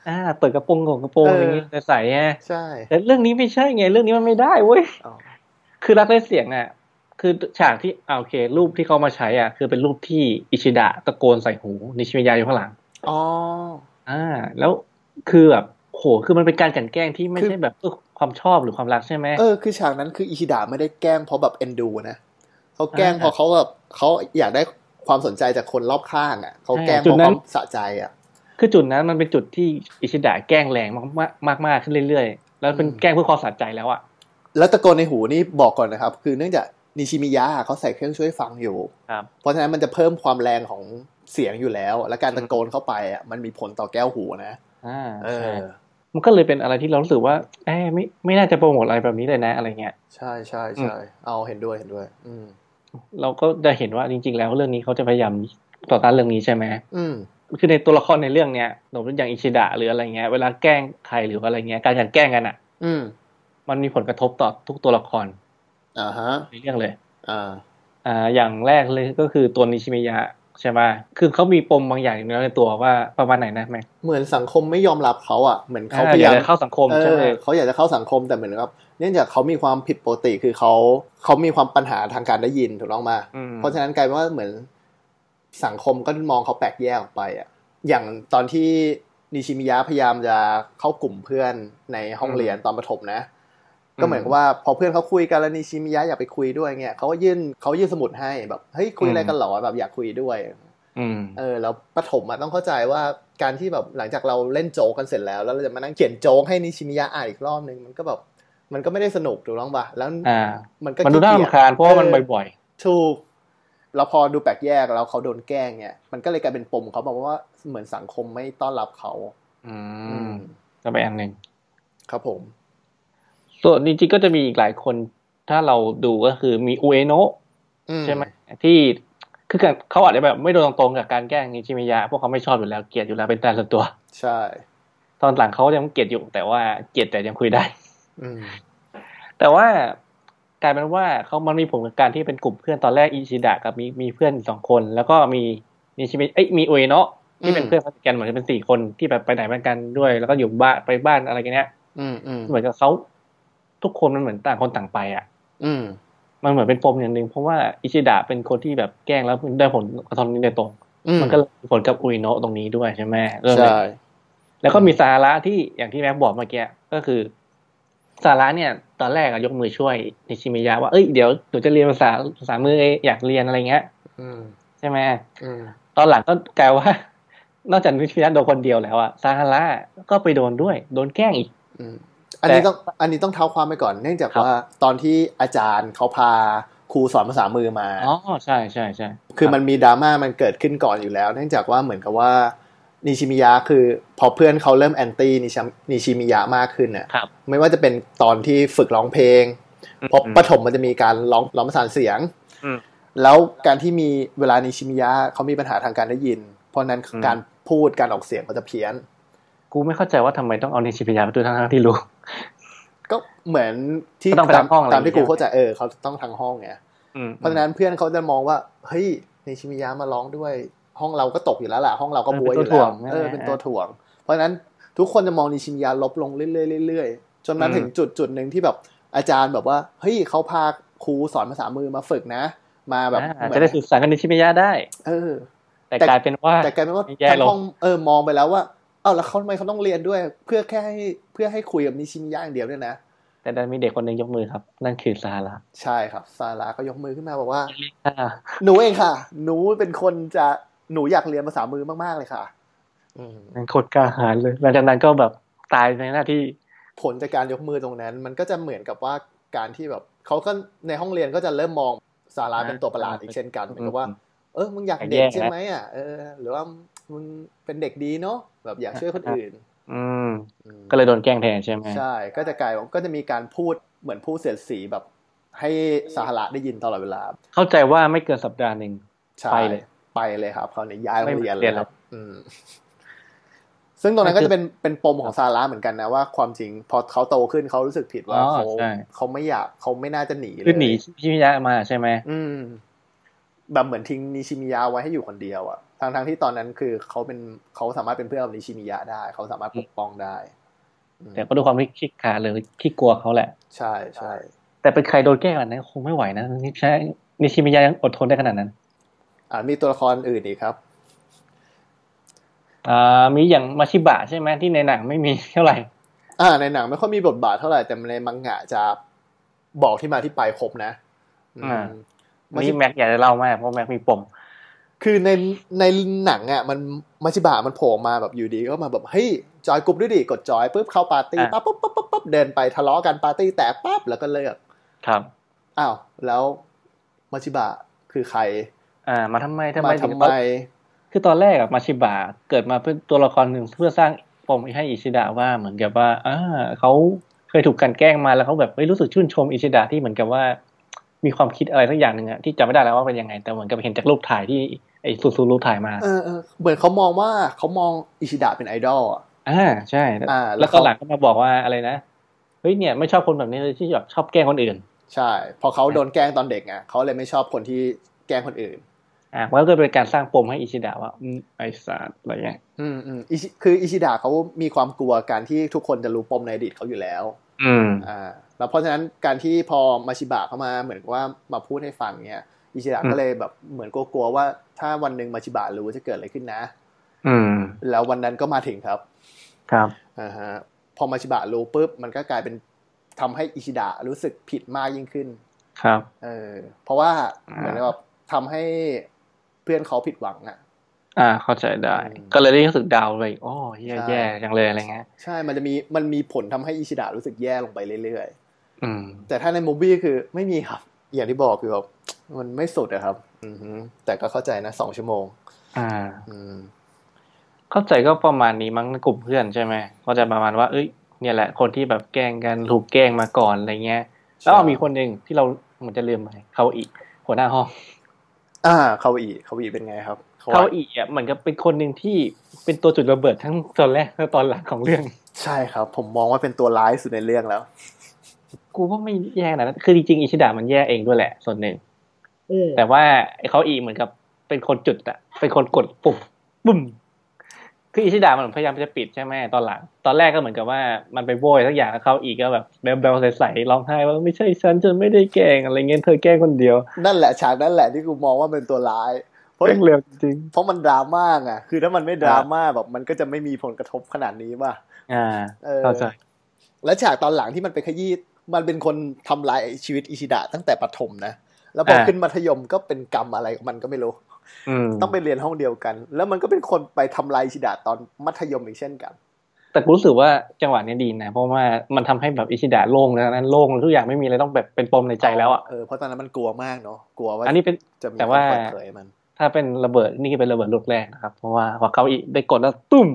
E: อ่าเปิดกระโปรงของกระโปรง
D: เอออ
E: อะไรเงี้ยใส่ไง
D: ๆ ใช่
E: แต่เรื่องนี้ไม่ใช่ไงเรื่องนี้มันไม่ได้เว้ย
D: อ๋อ
E: คือรักและเสียงอ่ะคือฉากที่อ่าโอเค รูปที่เขามาใช้อ่ะคือเป็นรูปที่อิชิดะตะโกนใส่หูนิชิมิยะอยู่ข้างหลัง
D: อ๋อ
E: อ่า แล้วคือแบบโหคือมันเป็นการกลันแกล้งที่ไม่
D: คือ
E: ใช่แบบเออความชอบหรือความรักใช่ไหม
D: เออคือฉากนั้นคืออิชิดะไม่ได้แกล้งเพราะแบบเอ็นดูนะเขาแกล้ง
E: อ่า
D: เพราะเขาแบบเขาอยากได้ความสนใจจากคนรอบข้างอ่ะเขาแกล้งเพ
E: จุด
D: ราะ
E: นั้
D: คน วามสะใจอ่ะ
E: คือจุดนั้นมันเป็นจุดที่อิชิดะแกล้งแรงมากๆมากๆขึ้นเรื่อยๆ แล้วเป็น
D: อืม
E: แกล้งเพื่อความสะใจแล้วอ่ะ
D: แล้วตะโกนในหูนี่บอกก่อนนะครับ คือเนื่องจากนิชิมิยะเขาใส่เครื่องช่วยฟังอยู่
E: ครับ
D: เพราะฉะนั้นมันจะเพิ่มความแรงของเสียงอยู่แล้ว และการตะโกนเข้าไปอ่ะมันมีผลต่อแก้วหูนะ
E: อ่า
D: เอ
E: ใช่
D: อ
E: มันก็เลยเป็นอะไรที่เรารู้สึกว่าเอ้ยไม่ไม่น่าจะโปรโมทอะไรแบบนี้เลยนะอะไรเงี้ย
D: ใช่ใช่ใช่เอาเห็นด้วยเห็นด้วย อืม
E: เราก็จะเห็นว่าจริง ๆ แล้วเรื่องนี้เขาจะพยายามต่อต้านเรื่องนี้ใช่ไหม
D: อืม
E: คือในตัวละครในเรื่องเนี้ยสมมติอย่างอิชิดะหรืออะไรเงี้ยเวลาแกล้งใครหรืออะไรเงี้ยการกลันแกล้งกันอ่ะ
D: อืม
E: มันมีผลกระทบต่อทุกตัวละคร
D: อ่าฮะ
E: ในเรื่องเลย
D: อ่า
E: อ่าอย่างแรกเลยก็คือตัวนิชิมิยะใช่ไหมคือเขามีปมบางอย่างอยู่แล้วในตัวว่าประมาณไหนนะแม็ก
D: เหมือนสังคมไม่ยอมรับเขาอ่ะเหมือนเขา
E: อ่
D: พยายาม
E: ดี๋วจะเข้าสังคม
D: เออ
E: ใช่ไหม
D: เขาอยากจะเข้าสังคมแต่เหมือนกับเนื่องจากเขามีความผิดปกติคือเขาเขามีความปัญหาทางการได้ยินถูกต้องมา
E: อืม
D: เพราะฉะนั้นกลายเป็นว่าเหมือนสังคมก็มองเขาแปลกแยกออกไปอ่ะอย่างตอนที่นิชิมิยะพยายามจะเข้ากลุ่มเพื่อนในห้องเรียนตอนประถมนะ ก็เหมือนกับว่าพอเพื่อนเขาคุยกันแล้วนิชิมิยะอยากไปคุยด้วยเงี้ยเขาก็ยื่นเขายื่นสมุดให้แบบเฮ้ยคุยอะไรกันเหรอแบบอยากคุยด้วย
E: อืม
D: เออแล้วปฐมอะต้องเข้าใจว่าการที่แบบหลังจากเราเล่นโจ๊กกันเสร็จแล้ว แล้วเราจะมานั่งเขียนโจ๊กให้นิชิมิยะอ่านอีกรอบนึงมันก็แบบมันก็ไม่ได้สนุกถูกต้องปะแล้ว
E: อ่า
D: มันก็
E: มันดูน่า
D: ขี้เกียจ
E: รำคาญเพราะว่ามัน
D: เออ
E: บ่อย
D: ถูกแล้วพอดูแปลกแยกแล้วเขาโดนแกล้งเนี่ยมันก็เลยกลายเป็นปมเขาบอกว่าเหมือนสังคมไม่ต้อนรับเขา
E: ๆอืมก็ไปนอันหนึ่ง
D: ครับผม
E: ส่วนจริงๆก็จะมีอีกหลายคนถ้าเราดูก็คือมีอุเอโนะ
D: อื
E: ใช่ไหมที่คือเขาอาจจะแบบไม่โดนตรงๆกับการแกล้งนิชิมิยะเพราะเขาไม่ชอบอยู่แล้วเกลียดอยู่แล้วเป็นการส่วนตัว
D: ใช่
E: ตอนหลังเขายังเกลียดอยู่แต่ว่าเกลียดแต่ยังคุยได้ <laughs>
D: อืม
E: แต่ว่ากลายเป็นว่าเขามันมีผลกับการที่เป็นกลุ่มเพื่อนตอนแรกอิชิดะกับมีมีเพื่อนสองคน แล้วก็มีนิชิมิเอ้ยมีอุเอโนะที่เป็นเพื่อนสนิทกันเหมือนจะเป็นสี่คนที่แบบไปไหนมากันด้วย แล้วก็อยู่บ้านไปบ้านอะไรกันเนี้ย
D: อืมอืม
E: เหมือนกับเขาทุกคนมันเหมือนต่างคนต่างไปอ่ะ
D: อืม
E: มันเหมือนเป็นปมอย่างหนึ่งเพราะว่าอิชิดะเป็นคนที่แบบแกล้งแล้วได้ผลกระทบนี้โดยตรง
D: อืม
E: มันก็เลยมีผลกับอุเอโนะตรงนี้ด้วยใช่ไหมเริ่มเลย
D: ใช่
E: แล้วก็มีสาระที่อย่างที่แม็กบอกเมื่อกี้ก็คือสาระเนี่ย ตอนแรกอะยกมือช่วยนิชิมิยะว่าเอ้ยเดี๋ยวหนูจะเรียนภาษาภาษามือเองอยากเรียนอะไรเงี้ย
D: อืม
E: ใช่ไหม
D: อืม
E: ตอนหลังก็กลายว่า <laughs> นอกจากนิชิมิยะโดนคนเดียวแล้วอะสาระก็ไปโดนด้วย โดนแกล้งอีก
D: อืมอันนี้ต้องอันนี้ต้องเท้าความไปก่อน เนื่องจาก
E: ครับ
D: ว่าตอนที่อาจารย์เขาพาครูสอนภาษามือมา
E: อ๋อใช่ใช่ใช่
D: คือมันมีดราม่ามันเกิดขึ้นก่อนอยู่แล้ว เนื่องจากว่าเหมือนกับว่านิชิมิยะคือพอเพื่อนเขาเริ่มแอนตี้นิชินิชิมิยะมากขึ้นน่ะ
E: ครับ
D: ไม่ว่าจะเป็นตอนที่ฝึกร้องเพลง
E: อืม
D: เพราะปฐมมันจะมีการร้องร้องประสานเสียง
E: อืม
D: แล้วการที่มีเวลานิชิมิยะเขามีปัญหาทางการได้ยิน เพราะฉะนั้น
E: อืม
D: การพูดการออกเสียงก็จะเพี้ยน
E: กูไม่เข้าใจว่าทำไมต้องเอานิชิมิยะไปด้วยทั้งๆที่รู้
D: ก็เหมือนที่
E: ก็ต้องไป
D: ตาม
E: ทางห้องอะไร
D: ตามที่
E: อย่างเงี้
D: กู
E: ย
D: เข้าใจเออเขาต้องทางห้องไง เพราะฉะนั้นเพื่อนเขาจะมองว่าเฮ้ยนิชิมิยะมาร้องด้วย ห้องเราก็ตกอยู่แล้วล่ะห้องเราก็บวยอยู่
E: เป็นตัวถ่
D: แล้ว ว
E: ง
D: เออ
E: ใช่ไหม
D: เป็นตัวถ่วง เพราะฉะนั้นทุกคนจะมองนิชิมิยะลบลงเรื่อยๆเรื่อยๆจนมัน
E: อืม
D: ถึงจุดจุดหนึ่งที่แบบอาจารย์แบบว่าเฮ้ยเขาพาครูสอนภาษามือมาฝึกนะ มาแบบ
E: อ่า
D: เหมือ
E: จะ
D: น
E: ได้สื่อสารกับนิชิมิยะได้
D: เออ
E: แต่
D: แต่
E: กลายเป็นว่า
D: แต่กลายเป็นว่า
E: แย่
D: ทั้ง
E: ลง
D: ห้องเออมองไปแล้วว่าเอ้าแล้วเขาทำไมเขาต้องเรียนด้วย เพื่อแค่ให้เพื่อให้คุยกับนิชิมิยะอย่างเดียวเนี่ยนะ
E: แต่ดันมีเด็กคนหนึ่งยกมือครับ นั่นคือสาระ
D: ใช่ครับซาร่าก็ยกมือขึ้นมาบอกว่า
E: อ่า
D: หนูเองค่ะ หนูเป็นคนจะ หนูอยากเรียนภาษามือมาก ๆ เลยค่ะ อืม
E: มันโคตรกล้าหาญเลยหลังจากนั้นก็แบบตายในหน้าที่
D: ผลจากการยกมือตรงนั้น มันก็จะเหมือนกับว่าการที่แบบเขาก็ในห้องเรียนก็จะเริ่มมองสาระเป็นตัวประหลาดอีกเช่นกันเหมือนกับว่า เออ มึงอยากเด็กใช่ไหมอ่ะเออหรือว่ามึงเป็นเด็กดีเนาะแบบอยากช่วยคนอื่น
E: อืม
D: อืม
E: ก็เลยโดนแกล้งแทนใช่ไหม
D: ใช่ ก็จะกลายว่าก็จะมีการพูดเหมือนพูดเสียดสีแบบ ให้สหระได้ยินตลอดเวลา
E: เข้าใจว่าไม่เกินสัปดาห์หนึ่ง
D: ใช่
E: ไปเลย
D: ไปเลยครับเขาวเนี่ยย้ายโรงเรียน
E: ไม่
D: เล
E: เรีย
D: ย
E: น
D: ครับอืม ซึ่งตรงนั้นก็จะเป็นเป็นปมของซาร่าเหมือนกันนะว่าความจริงพอเขาโตขึ้นเขารู้สึกผิดว่า
E: อ๋อ
D: เขา
E: ใช่
D: เขาไม่อยากเขาไม่น่าจะหนีเลย
E: คือหนีพี่มิยะมาใช่ไหม
D: อืม แบบเหมือนทิ้งนิชิมิยะไว้ให้อยู่คนเดียวอะทางทางๆที่ตอนนั้นคือเขาเป็นเขาสามารถเป็นเพื่อนกับนิชิมิยะได้ เขาสามารถปกป้องได้อืม
E: แต่ก็ด้วยความที่ขี้ขลาดเลยขี้กลัวเขาแหละ
D: ใช่ใช่
E: แต่เป็นใครโดนแกล้งอันนั้นคงไม่ไหวนะนี่ใช่นิชิมิยะยังอดทนได้ขนาดนั้น
D: อ่ามีตัวละครอื่นอีกครับ
E: อ่ามีอย่างมาชิบะใช่ไหมที่ในหนังไม่มีเท่าไหร่
D: อ่า ในหนังไม่ค่อยมีบทบาทเท่าไหร่แต่ในมังงะจะบอกที่มาที่ไปครบนะอืม
E: อ่า
D: มาชิ
E: นี่แม็กอยากจะเล่ามากเพราะแม็กมีปม
D: คือในในหนังอ่ะมันมาชิบะมันโผล่มาแบบอยู่ดีก็มาแบบเฮ้ยจอยกลุ่มด้วยดิกดจอยปุ๊บเข้าปาร์ตี้ปั๊บปั๊บปั๊บปั๊บปั๊บเดินไปทะเลาะกันปาร์ตี้แตกปั๊บแล้วก็เลิก
E: ครับ
D: อ้าวแล้วมัชิบะคือใคร
E: อ่า มาทำไมทำไม
D: มา
E: ถึ
D: ทำ
E: ง
D: ไม
E: คือตอนแรกอะมาชิบะเกิดมาเพื่อตัวละครหนึ่งเพื่อสร้างปมให้อิชิดะว่าเหมือนกับว่าอ่าเขาเคยถูกกลันแกล้งมาแล้วเขาแบบไม่รู้สึกชื่นชมอิชิดะที่เหมือนกับว่า มีความคิดอะไรสักอย่างหนึ่งอะที่จำไม่ได้แล้วว่าเป็นยังไง แต่เหมือนกับเห็นจากรูปถ่ายที่ไอ้ซูซูรูปถ่ายมา
D: เออเออเหมือนเขามองว่าเขามองอิชิดะเป็นไอดอลอ่ะ
E: อ่าใช่
D: อ่าแล้
E: แล้ว ว
D: เขา
E: ก็หลังก็มาบอกว่าอะไรนะเฮ้ยเนี่ยไม่ชอบคนแบบนี้เลยที่แบบชอบแกล้งคนอื่น
D: ใช่ พอเขาโดนแกล้งตอนเด็กไงเขาเลยไม่ชอบคนที่แกล้งคนอื่น
E: อ่ะมันก็เป็นการสร้างปมให้อิชิดะว่าอืมไอสารอะไรเงี้ย
D: อืมอืมอิชิคืออิชิดะเขามีความกลัวการที่ทุกคนจะรู้ปมในอดีตเขาอยู่แล้ว
E: อืม
D: อ่า แล้วเพราะฉะนั้นการที่พอมาชิบะเข้ามาเหมือนกับว่ามาพูดให้ฟังเนี่ยอิชิดะ
E: อืม
D: ก็เลยแบบเหมือนกลัวๆว่า ถ้าวันหนึ่งมาชิบะรู้จะเกิดอะไรขึ้นนะ
E: อืม
D: แล้ววันนั้นก็มาถึงครับ
E: ครับ
D: อ่าฮะพอมาชิบะรู้ปุ๊บมันก็กลายเป็นทำให้อิชิดะรู้สึกผิดมากยิ่งขึ้น
E: ครับ
D: เออ เพราะว่า
E: อ่า
D: เหมือนแบบทำให้เพื่อนเขาผิดหวังอ่ะ
E: อ่าเข้าใจได้
D: อืม
E: ก็เลยได้รู้สึกดาวน์ไปอีกอ๋อแย่
D: ใช่
E: แย่จังเลยอะไรเงี้ย
D: ใช่มันจะมีมันมีผลทำให้อิชิดะรู้สึกแย่ลงไปเรื่อย
E: อืม
D: ๆ แต่ถ้าในมูบี้คือไม่มีครับ อย่างที่บอกคือแบบมันไม่สุดอะครับ อือฮึแต่ก็เข้าใจนะสองชั่วโมง
E: อ่า
D: อืม
E: เข้าใจก็ประมาณนี้มั้งในกลุ่มเพื่อนใช่ไหมก็จะประมาณว่าเอ้ยเนี่ยแหละคนที่แบบแกล้งกันถูกแกล้งมาก่อนอะไรเงี้ย แล้วก็มีคนหนึ่งที่เราเหมือนจะลืมไปเขาอีกหัวหน้าห้อง
D: อ่าเขาอีเขาอีเป็นไงครับว่
E: เขาอีกอ่ะเหมือนกับเป็นคนหนึ่งที่เป็นตัวจุดระเบิดทั้งตอนแรกและตอนหลังของเรื่อง
D: ใช่ครับ ผมมองว่าเป็นตัวร้ายสุดในเรื่องแล้ว
E: กูว่าไม่แย่นะ คือจริงๆอิชิดะมันแย่เองด้วยแหละ ส่วนหนึ่ง แต่ว่าไอ้เขาอีเหมือนกับเป็นคนจุดอะเป็นคนกดปุ่มบึ้ม คืออิชิดะมันพยายามจะปิดใช่ไหมตอนหลัง ตอนแรกก็เหมือนกับว่ามันไปโวยสักอย่างแล้วเขาอีก็แบบแบลๆใสๆร้องไห้ว่าไม่ใช่ฉันฉันไม่ได้แกล้งอะไรเงี้ยเธอแกล้งคนเดียว
D: นั่นแหละฉากนั่นแหละที่กูมองว่าเป็นตัวร้าย เพราะ
E: เรื่องเร็วจริง
D: เพราะมันดราม่าไง คือถ้ามันไม่ดราม่าแบบมันก็จะไม่มีผลกระทบขนาดนี้ป่ะ
E: อ่า
D: เออ
E: เข้าใจ
D: และฉากตอนหลังที่มันไปขยี้ มันเป็นคนทำลายชีวิตอิชิดะตั้งแต่ปฐมนะ แล้วพออา ขึ้นมัธยมก็เป็นกรรมอะไรของมันก็ไม่รู้
E: อืม
D: ต้องไปเรียนห้องเดียวกัน แล้วมันก็เป็นคนไปทำลายอิชิดะตอนมัธยมอีกเช่นกัน
E: แต่กูรู้สึกว่าจังหวะเนี้ยดีนะ เพราะว่ามันทำให้แบบอิชิดะโล่งแล้วนั้นโล่งทุกอย่างไม่มีอะไรต้องแบบเป็นปมในใจแล้วอ่ะ
D: เออ เพราะตอนนั้นมันกลัวมากเนาะ กลัวว่า
E: อันนี้เป็น
D: จะมี
E: แต่
D: คน
E: ว่า
D: เปิดเผยมัน
E: ถ้าเป็นระเบิดนี่เป็นระเบิดลูกแรกนะครับ เพราะว่าพอเขาอีกได้กดแล้วตุ้ม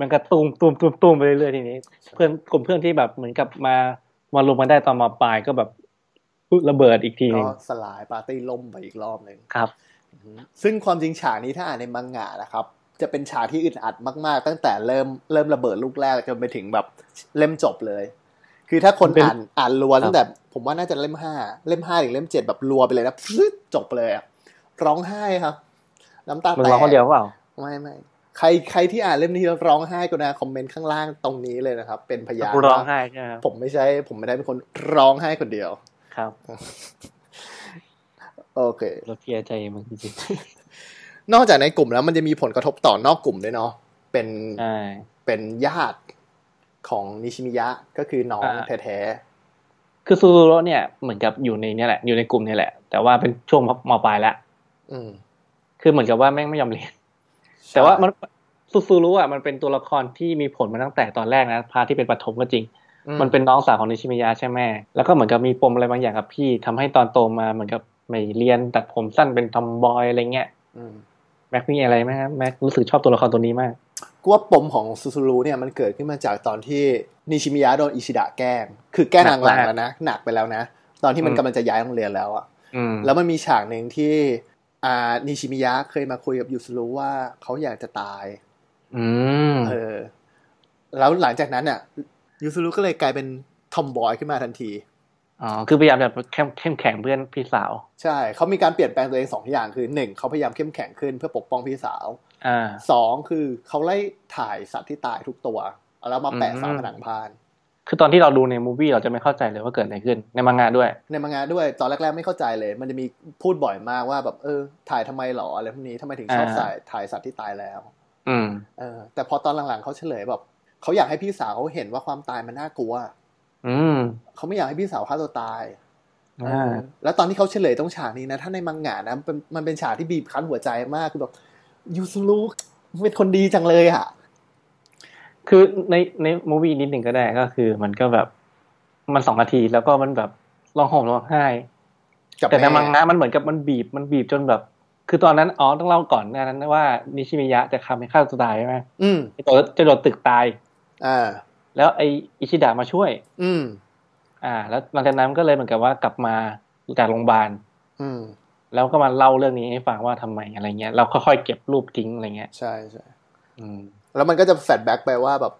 E: มันก็ตุ้มตุ้มตุ้มตุ้มไปเรื่อยๆทีนี้ เพื่อนกลุ่มเพื่อนที่แบบเหมือนกับมามารวมกันได้ตอนมาปลายก็แบบระเบิดอีกทีหนึ
D: ก็
E: ง
D: สลายปาร์ตี้ล่มไปอีกรอบหนึ่ง
E: ครับ
D: ซึ่งความจริงฉากนี้ถ้าอ่านในมังงะนะครับ จะเป็นฉากที่อึดอัดมาก ๆ ตั้งแต่เริ่มเริ่มระเบิดลูกแรกจนไปถึงแบบเล่มจบเลย คือถ้าคน
E: เป็น
D: อ่านอ่านรัวตั้งแต่ผมว่าน่าจะเล่มห้าเล่มห้าถึงเล่มเจ็ดแบบรัวไปเลยนะพึดจบเลยอะร้องไห้ครับ น้ำตา
E: มึง
D: แต
E: ร้อก งคนเดียวเปล่า
D: ไม่ไม่ใครใครที่อ่านเล่มนี้แล้วร้องไห้ก็นะคอมเมนต์ข้างล่างตรงนี้เลยนะครับ เป็นพยาน
E: กูร้อง
D: ว่า
E: ไห้ใช่ไหมครับ
D: ผมไม่ใช่ ผมไม่ได้เป็นคนร้องไห้คนเดียว
E: ครับ
D: โอเค
E: เราเพียใจมันจริง
D: นอกจากในกลุ่มแล้วมันจะมีผลกระทบต่อนอกกลุ่มด้วยเนาะเป็น
E: ๆใช่
D: เป็นญาติของนิชิมิยะก็คือน้อง
E: อ่า
D: แท้
E: คือซูซูโร่เนี่ยเหมือนกับอยู่ในเนี่ยแหละอยู่ในกลุ่มเนี่ยแหละ แต่ว่าเป็นช่วงมปลายแล้ว
D: ๆอืม
E: คือเหมือนกับว่าแม่งไม่ยอมเรียน แต่ว่ามันซูซูรู้อ่ะมันเป็นตัวละครที่มีผลมาตั้งแต่ตอนแรกนะพาร์ทที่เป็นปฐมก็จริง
D: อื
E: มันเป็นน้องสาวของนิชิมิยะใช่ไหมแล้วก็เหมือนกับมีปมอะไรบางอย่างกับพี่ทำให้ตอนโตมาเหมือนกับไม่เรียนตัดผมสั้นเป็นทอมบอยอะไรเงี้ย
D: อืม
E: แม็กมีอะไรไหมครับแม็กรู้สึกชอบตัวละครตัวนี้มาก
D: กูว่าปมของซูซูรุเนี่ยมันเกิดขึ้นมาจากตอนที่นิชิมิยะโดนอิชิดะแกล้งคือแกล้งหลังๆแล้วนะหนักไปแล้วนะ ตอนที่มัน
E: อืม
D: กำลังจะย้ายโรงเรียนแล้วอะ
E: อืม
D: แล้วมันมีฉากหนึ่งที่อ่านิชิมิยะเคยมาคุยกับยูสรุว่าเขาอยากจะตาย
E: อืม
D: เออ แล้วหลังจากนั้นอ่ะยูสรุก็เลยกลายเป็นทอมบอยขึ้นมาทันที
E: อ๋อ คือพยายามแบบเข้มเข้มแข็งเพื่อนพี่สาว
D: ใช่เขามีการเปลี่ยนแปลงตัวเองสองอย่างคือหนึ่งเขาพยายามเข้มแข็งขึ้นเพื่อปกป้องพี่สาว
E: อ่า
D: สองคือเขาไล่ถ่ายสัตว์ที่ตายทุกตัวเอาแล้วมาแปะฝาผนังพาน
E: คือตอนที่เราดูในมูฟวี่เราจะไม่เข้าใจเลยว่าเกิดอะไรขึ้น ในมังงะด้วย
D: ในมังงะด้วยตอนแรกๆไม่เข้าใจเลย มันจะมีพูดบ่อยมากว่าแบบเออ ถ่ายทำไมหรออะไรพวกนี้ทำไมถึงชอบ
E: อ่า
D: ถ่ายถ่ายสัตว์ที่ตายแล้ว
E: อืม
D: เออแต่พอตอนหลังๆเขาเฉลยแบบเขาอยากให้พี่สาวเขาเห็นว่าความตายมันน่ากลัว
E: อืม
D: เขาไม่อยากให้พี่สาวฆ่าตัวตาย
E: อ่า
D: แล้วตอนที่เขาเฉลยตรงฉากนี้นะ ถ้าในมังงะนะมันเป็นมันเป็นฉากที่บีบคั้นหัวใจมากคือแบบยูซูรุเป็นคนดีจังเลยอ่ะ
E: คือในในมูฟวี่นิดหนึ่งก็ได้ก็คือ มันก็แบบมันสองนาทีแล้วก็มันแบบร้องห่มร้องไห้
D: กับ
E: แต่ใน
D: แม่
E: มังงะมันเหมือนกับมันบีบมันบีบจนแบบ คือตอนนั้นอ๋อต้องเล่าก่อนหนะนั้นว่านิชิมิยะจะทำให้ฆ่าตัวตายใช่ไหม
D: อืม
E: จะโดดจะโดดตึกตาย
D: อ่า
E: แล้วไออิชิดะมาช่วย
D: อืม
E: อ่า แล้วหลังจากนั้นก็เลยเหมือนกับว่ากลับมาจากโรงพยาบาล
D: อืม
E: แล้วก็มาเล่าเรื่องนี้ให้ฟังว่าทำไมอะไรเงี้ยเราค่อยๆเก็บรูปทิ้งอะไรเงี้ย
D: ใช่ใช่
E: อืม
D: แล้วมันก็จะแฟลชแบ็กไปว่าแบบ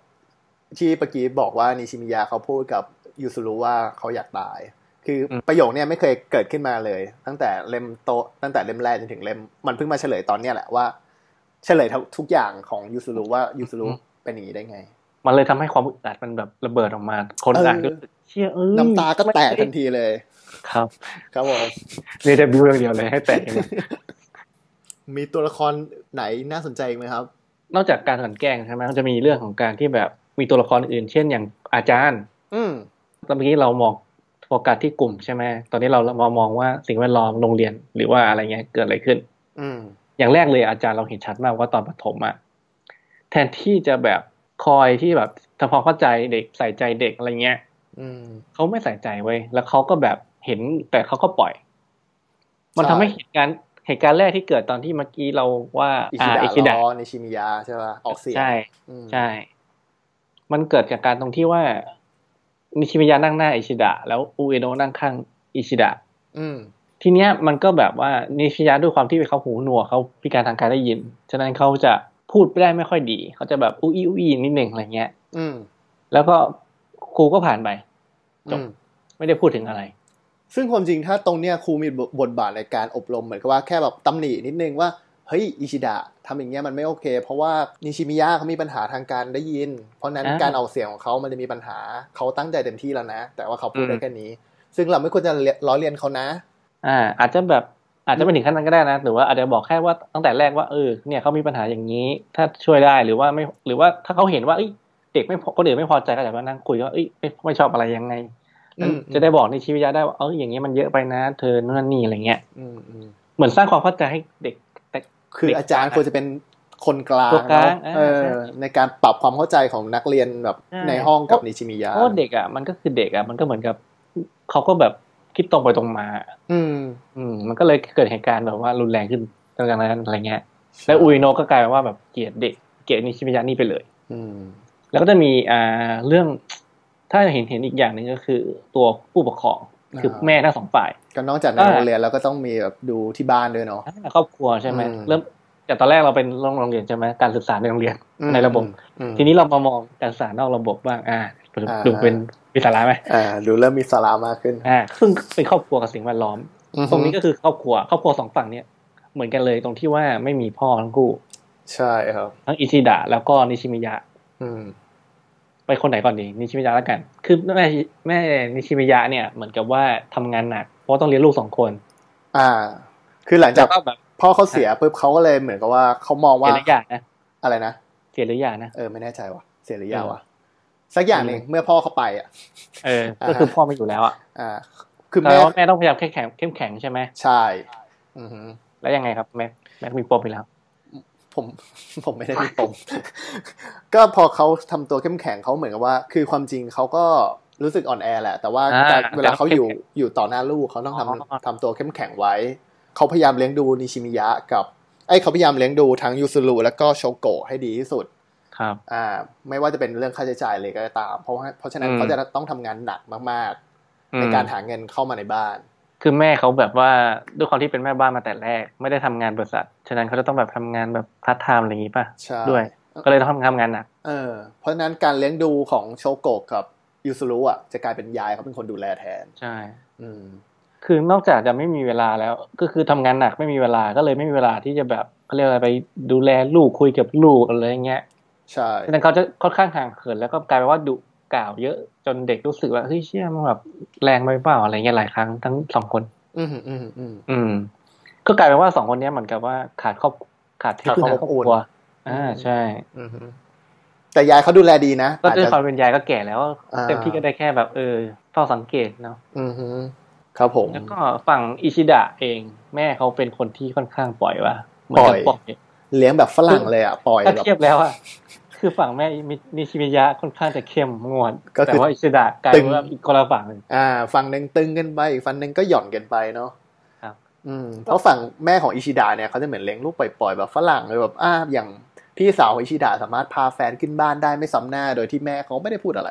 D: ที่ปกี้บอกว่านิชิมิยะเขาพูดกับยูซูรุว่าเขาอยากตาย คืออ
E: ม
D: ประโยคเนี่ยไม่เคยเกิดขึ้นมาเลย ตั้งแต่เล่มโตะตั้งแต่เล่มแรกจนถึงเล่มมันเพิ่งมาเฉลยตอนเนี้ยแหละว่า เฉลยทุกอย่างของยูซูรุว่ายูซูรุเป็นอย่างนี้ได้ไง
E: มันเลยทำให้ความอึดอัดมันแบบระเบิดออกมา คน
D: เอออ่
E: อ่านก็รู้สึกเชี่ยเอ้ย
D: น้ำตาก็แตกทันทีเลย
E: ครับ
D: ครับผม
E: เรียกบิวอย่างเดียวเลยให้แตกอย่างเดียว
D: มีตัวละครไหนน่าสนใจอีกไหมครับ
E: นอกจากการกลั่นแกล้งใช่ไหมมันจะมีเรื่องของการที่แบบมีตัวละครอื่นเช่นอย่างอาจารย์
D: อืม
E: ตอนเมื่อกี้เรามองโฟกัสที่กลุ่มใช่ไหมตอนนี้เรามามองว่าสิ่งแวดล้อมโรงเรียนหรือว่าอะไรเงี้ยเกิดอะไรขึ้น
D: อืม
E: อย่างแรกเลยอาจารย์เราเห็นชัดมากว่าตอนปฐมอะแทนที่จะแบบคอยที่แบบทำความเข้าใจเด็กใส่ใจเด็กอะไรเงี้ย
D: อืม
E: เขาไม่ใส่ใจเว้ยแล้วเขาก็แบบเห็นแต่เขาก็ปล่อย มัน
D: ใช่
E: ทำให้เหตุการณ์เหตุการณ์แรกที่เกิดตอนที่เมื่อกี้เราว่า
D: อิ
E: อ่า
D: ชิดะล้อในชิมิยะใช่ป่ะออกเสียง
E: ใช่
D: อืม
E: ใช่ มันเกิดจากการตรงที่ว่านิชิมิยะนั่งหน้าอิชิดะ แล้วอูเอโนะนั่งข้างอิชิดะ
D: อืม
E: ทีเนี้ยมันก็แบบว่านิชยะด้วยความที่เขาหูหนวกเขาพิการทางการได้ยิน ฉะนั้นเขาจะพูดไม่ได้ไม่ค่อยดี เขาจะแบบอุ้ยอุ้ยนิดหนึ่งอะไรเงี้ย
D: อืม
E: แล้วก็ครูก็ผ่านไป จบ
D: อืม
E: ไม่ได้พูดถึงอะไร
D: ซึ่งความจริงถ้าตรงเนี้ยครูมีบทบาทในการอบรมเหมือนกับว่าแค่แบบตำหนินิดนึงว่า เฮ้ยอิชิดะทำอย่างเงี้ยมันไม่โอเค เพราะว่านิชิมิยะเขามีปัญหาทางการได้ยิน เพราะฉะนั้น
E: อ่า
D: การออกเสียงของเขามันจะมีปัญหาเขาตั้งใจเต็มที่แล้วนะ แต่ว่าเขาพูดได้
E: อืม
D: แค่นี้ ซึ่งเราไม่ควรจะล้อเลียนเขานะ
E: อ่า อาจจะแบบอาจจะไม่ถึงขั้นนั้นก็ได้นะหรือว่าอาจจะบอกแค่ว่าตั้งแต่แรกว่าเออเนี่ยเขามีปัญหาอย่างนี้ ถ้าช่วยได้หรือว่าไม่หรือว่าถ้าเขาเห็นว่าเอ้ยเด็กไม่พอคนอื่นไม่พอใจก็อาจจะมานั่งคุยว่าเอ้ยไม่ไม่ชอบอะไรยังไง
D: อืม
E: จะได้บอกในชีวิตยะได้ว่าเอออย่างเงี้ยมันเยอะไปนะ เธอนู่นนนนี่อะไรเงี้ย
D: อืมอืม
E: เหมือนสร้างความเข้าใจให้เด็กแต่
D: คืออาจารย์ควรจะเป็นคนกลาง
E: ตัวกลาง
D: เนอะ
E: อ่า
D: เออ ในการปรับความเข้าใจของนักเรียนแบบ
E: ใช่
D: ในห้องกับนิชิมิยะ
E: เพราะว่าเด็กอ่ะมันก็คือเด็กอ่ะมันก็เหมือนกับเขาก็แบบคิดตรงไปตรงมา
D: อืม
E: อืม มันก็เลยเกิดเหตุการณ์แบบว่ารุนแรงขึ้นหลังจากนั้นอะไรเงี้ยแล้วอุยโนะก็กลายเป็นว่าแบบเกลียดเด็กเกลียดนิชิมิยะนี่ไปเลย
D: อืม
E: แล้วก็จะมีอ่าเรื่อง ถ้าเห็นเห็นอีกอย่างหนึ่งก็คือ ตัวผู้ปกครองคือแม่ทั้งสองฝ่าย
D: ก็นอกจากใน
E: อ่า
D: โรงเรียนแล้วก็ต้องมีแบบดูที่บ้านด้วยเนาะ
E: ครอบครัวใช่ไหม
D: อืม
E: เริ่มจากตอนแรกเราเป็นโรงโรงเรียนใช่ไหมการศึกษาในโรงเรียน
D: อืม
E: ในระบบ
D: อืม
E: ทีนี้เรามามองการศึกษานอกระบบบ้างอ่าดู
D: อ่า
E: ดูเป็นมีสาระไหม
D: อ่าดูเริ่มมีสาระมากขึ้น
E: อ่าซึ่งเป็นครอบครัวกับสิ่งแวดล้อม
D: อือฮึ
E: ตรงนี้ก็คือครอบครัวครอบครัวสองฝั่งเนี่ยเหมือนกันเลยตรงที่ว่าไม่มีพ่อทั้งคู่
D: ใช่ครับ
E: ทั้งอิชิดะแล้วก็นิชิมิยะ
D: อืม
E: ไปคนไหนก่อนดีนิชิมิยะแล้วกัน คือแม่แม่นิชิมิยะเนี่ยเหมือนกับว่าทำงานหนักเพราะต้องเลี้ยงลูกสองคน
D: อ่า คือหลังจาก
E: แล้วก็แบบ
D: พ่อเขาเสียปุ๊บเขาก็เลยเหมือนกับว่าเขามอง
E: เสี
D: ว่าย
E: หรือหย่านะ
D: อะไรนะ
E: เสียหรือหย่านะ
D: เออไม่แน่ใจว่ะเสียหรือยา
E: เออ
D: วะสักอย่างหนึ่ง
E: อืม
D: เมื่อพ่อเขาไปอ่ะ
E: เออ
D: อ่า
E: ก็คือพ่อไม่อยู่แล้วอ่ะ
D: อ่า คือ
E: แล้
D: แม่
E: วแม่ต้องพยายามเข้มแข็งเข้มแข็งใช่ไหม
D: ใช่อือฮึ
E: แล้วยังไงครับแม่แม่มีปมไปแล้ว
D: ผม <laughs> ผมไม่ได้มี
E: <laughs>
D: ปม ก็พอเขาทำตัวเข้มแข็งเขาเหมือนกับว่า คือความจริงเขาก็รู้สึกอ่อนแอแหละ แต่ว่า
E: อ่า
D: การเวลาเขาอยู่
E: แต่เขาเข้มแข็ง
D: อยู่ต่อหน้าลูกเขาต้องทำ
E: อ๋อ
D: ทำตัวเข้มแข็งไว้ เขาพยายามเลี้ยงดูนิชิมิยะกับไอ้ยเขาพยายามเลี้ยงดูทั้งยูซุรุแล้วก็โชโกะให้ดีที่สุด
E: ครับ
D: อ่าไม่ว่าจะเป็นเรื่องค่าใช้จ่ายเลยก็ตาม เพราะว่าเพราะฉะนั้น
E: อืม
D: เขาจะต้องทำงานหนักมากๆ ใน
E: อืม
D: การหาเงินเข้ามาในบ้าน
E: คือแม่เขาแบบว่าด้วยความที่เป็นแม่บ้านมาแต่แรก ไม่ได้ทำงานบริษัท ฉะนั้นเขาจะต้องแบบทำงานแบบพาร์ทไทม์อะไรอย่างงี้ป่ะ
D: ใช่
E: ด้วย ก็เลยต้องทำงานหนัก
D: เออเพราะฉะนั้นการเลี้ยงดูของโชโกะกับยูซุรุอ่ะจะกลายเป็นยายเขาเป็นคนดูแลแทน
E: ใช่
D: อืม
E: คือนอกจากจะไม่มีเวลาแล้ว ก็คือทำงานหนักไม่มีเวลาก็เลยไม่มีเวลาที่จะแบบเขาเรียกอะไรไปดูแลลูกคุยกับลูกอะไรอย่างเงี้ย
D: ใช่
E: ฉะนั้นเขาจะค่อนข้างห่างเหินแล้วก็กลายเป็นว่าดุกล่าวเยอะจนเด็กรู้สึกว่าเฮ้ยเชี่ยมันแบบแรงไปเปล่าอะไรเงี้ยหลายครั้งทั้งสองคน
D: อืมอืมอืม
E: อืม ก็กลายเป็นว่าสองคนเนี้ยเหมือนกับว่าขาดครอบขาดที่
D: ขาด
E: พึ่งทาว
D: คาม
E: งครอบ
D: อบอุ่น
E: ครัวอ่า
D: อืม
E: ใช่
D: อืมแต่ยายเขาดูแลดีนะ
E: ก็
D: อาจ
E: ด้วย
D: จะ
E: ความเป็นยายก็แก่แล้ว
D: อ่า
E: เต็มที่ก็ได้แค่แบบ เออเฝ้าสังเกตเนาะ
D: อืมฮึครับผม
E: แล้วก็ฝั่งอิชิดะเอง แม่เขาเป็นคนที่ค่อนข้างปล่อยว่าเหมืนกับ
D: ป
E: ป
D: ล่
E: ล่
D: อ
E: อย ย
D: เลี้ยงแบบฝรั่งเลยอ่ะ ปล่อย
E: ถ้า
D: แบบ
E: เทียบแล้วอะคือฝั่งแม่นิชิมิยะค่อนข้างจะเข้มงวด
D: ก็คือ
E: แต่ว่าอิชิดะกลายเป็นว่า
D: ตึง
E: อีกคนละฝั่งหนึ่ง
D: อ่า ฝั่งหนึ่งตึงกันไปอีกฝั่งหนึ่งก็หย่อนกันไปเนาะ
E: ครับ
D: อืมเพราะฝั่งแม่ของอิชิดะเนี่ยเขาจะเหมือนเลี้ยงลูกปล่อยๆแบบฝรั่งเลยแบบอ่าอย่างพี่สาวของอิชิดะสามารถพาแฟนขึ้นบ้านได้ไม่ซ้ำหน้า โดยที่แม่เขาไม่ได้พูดอะไร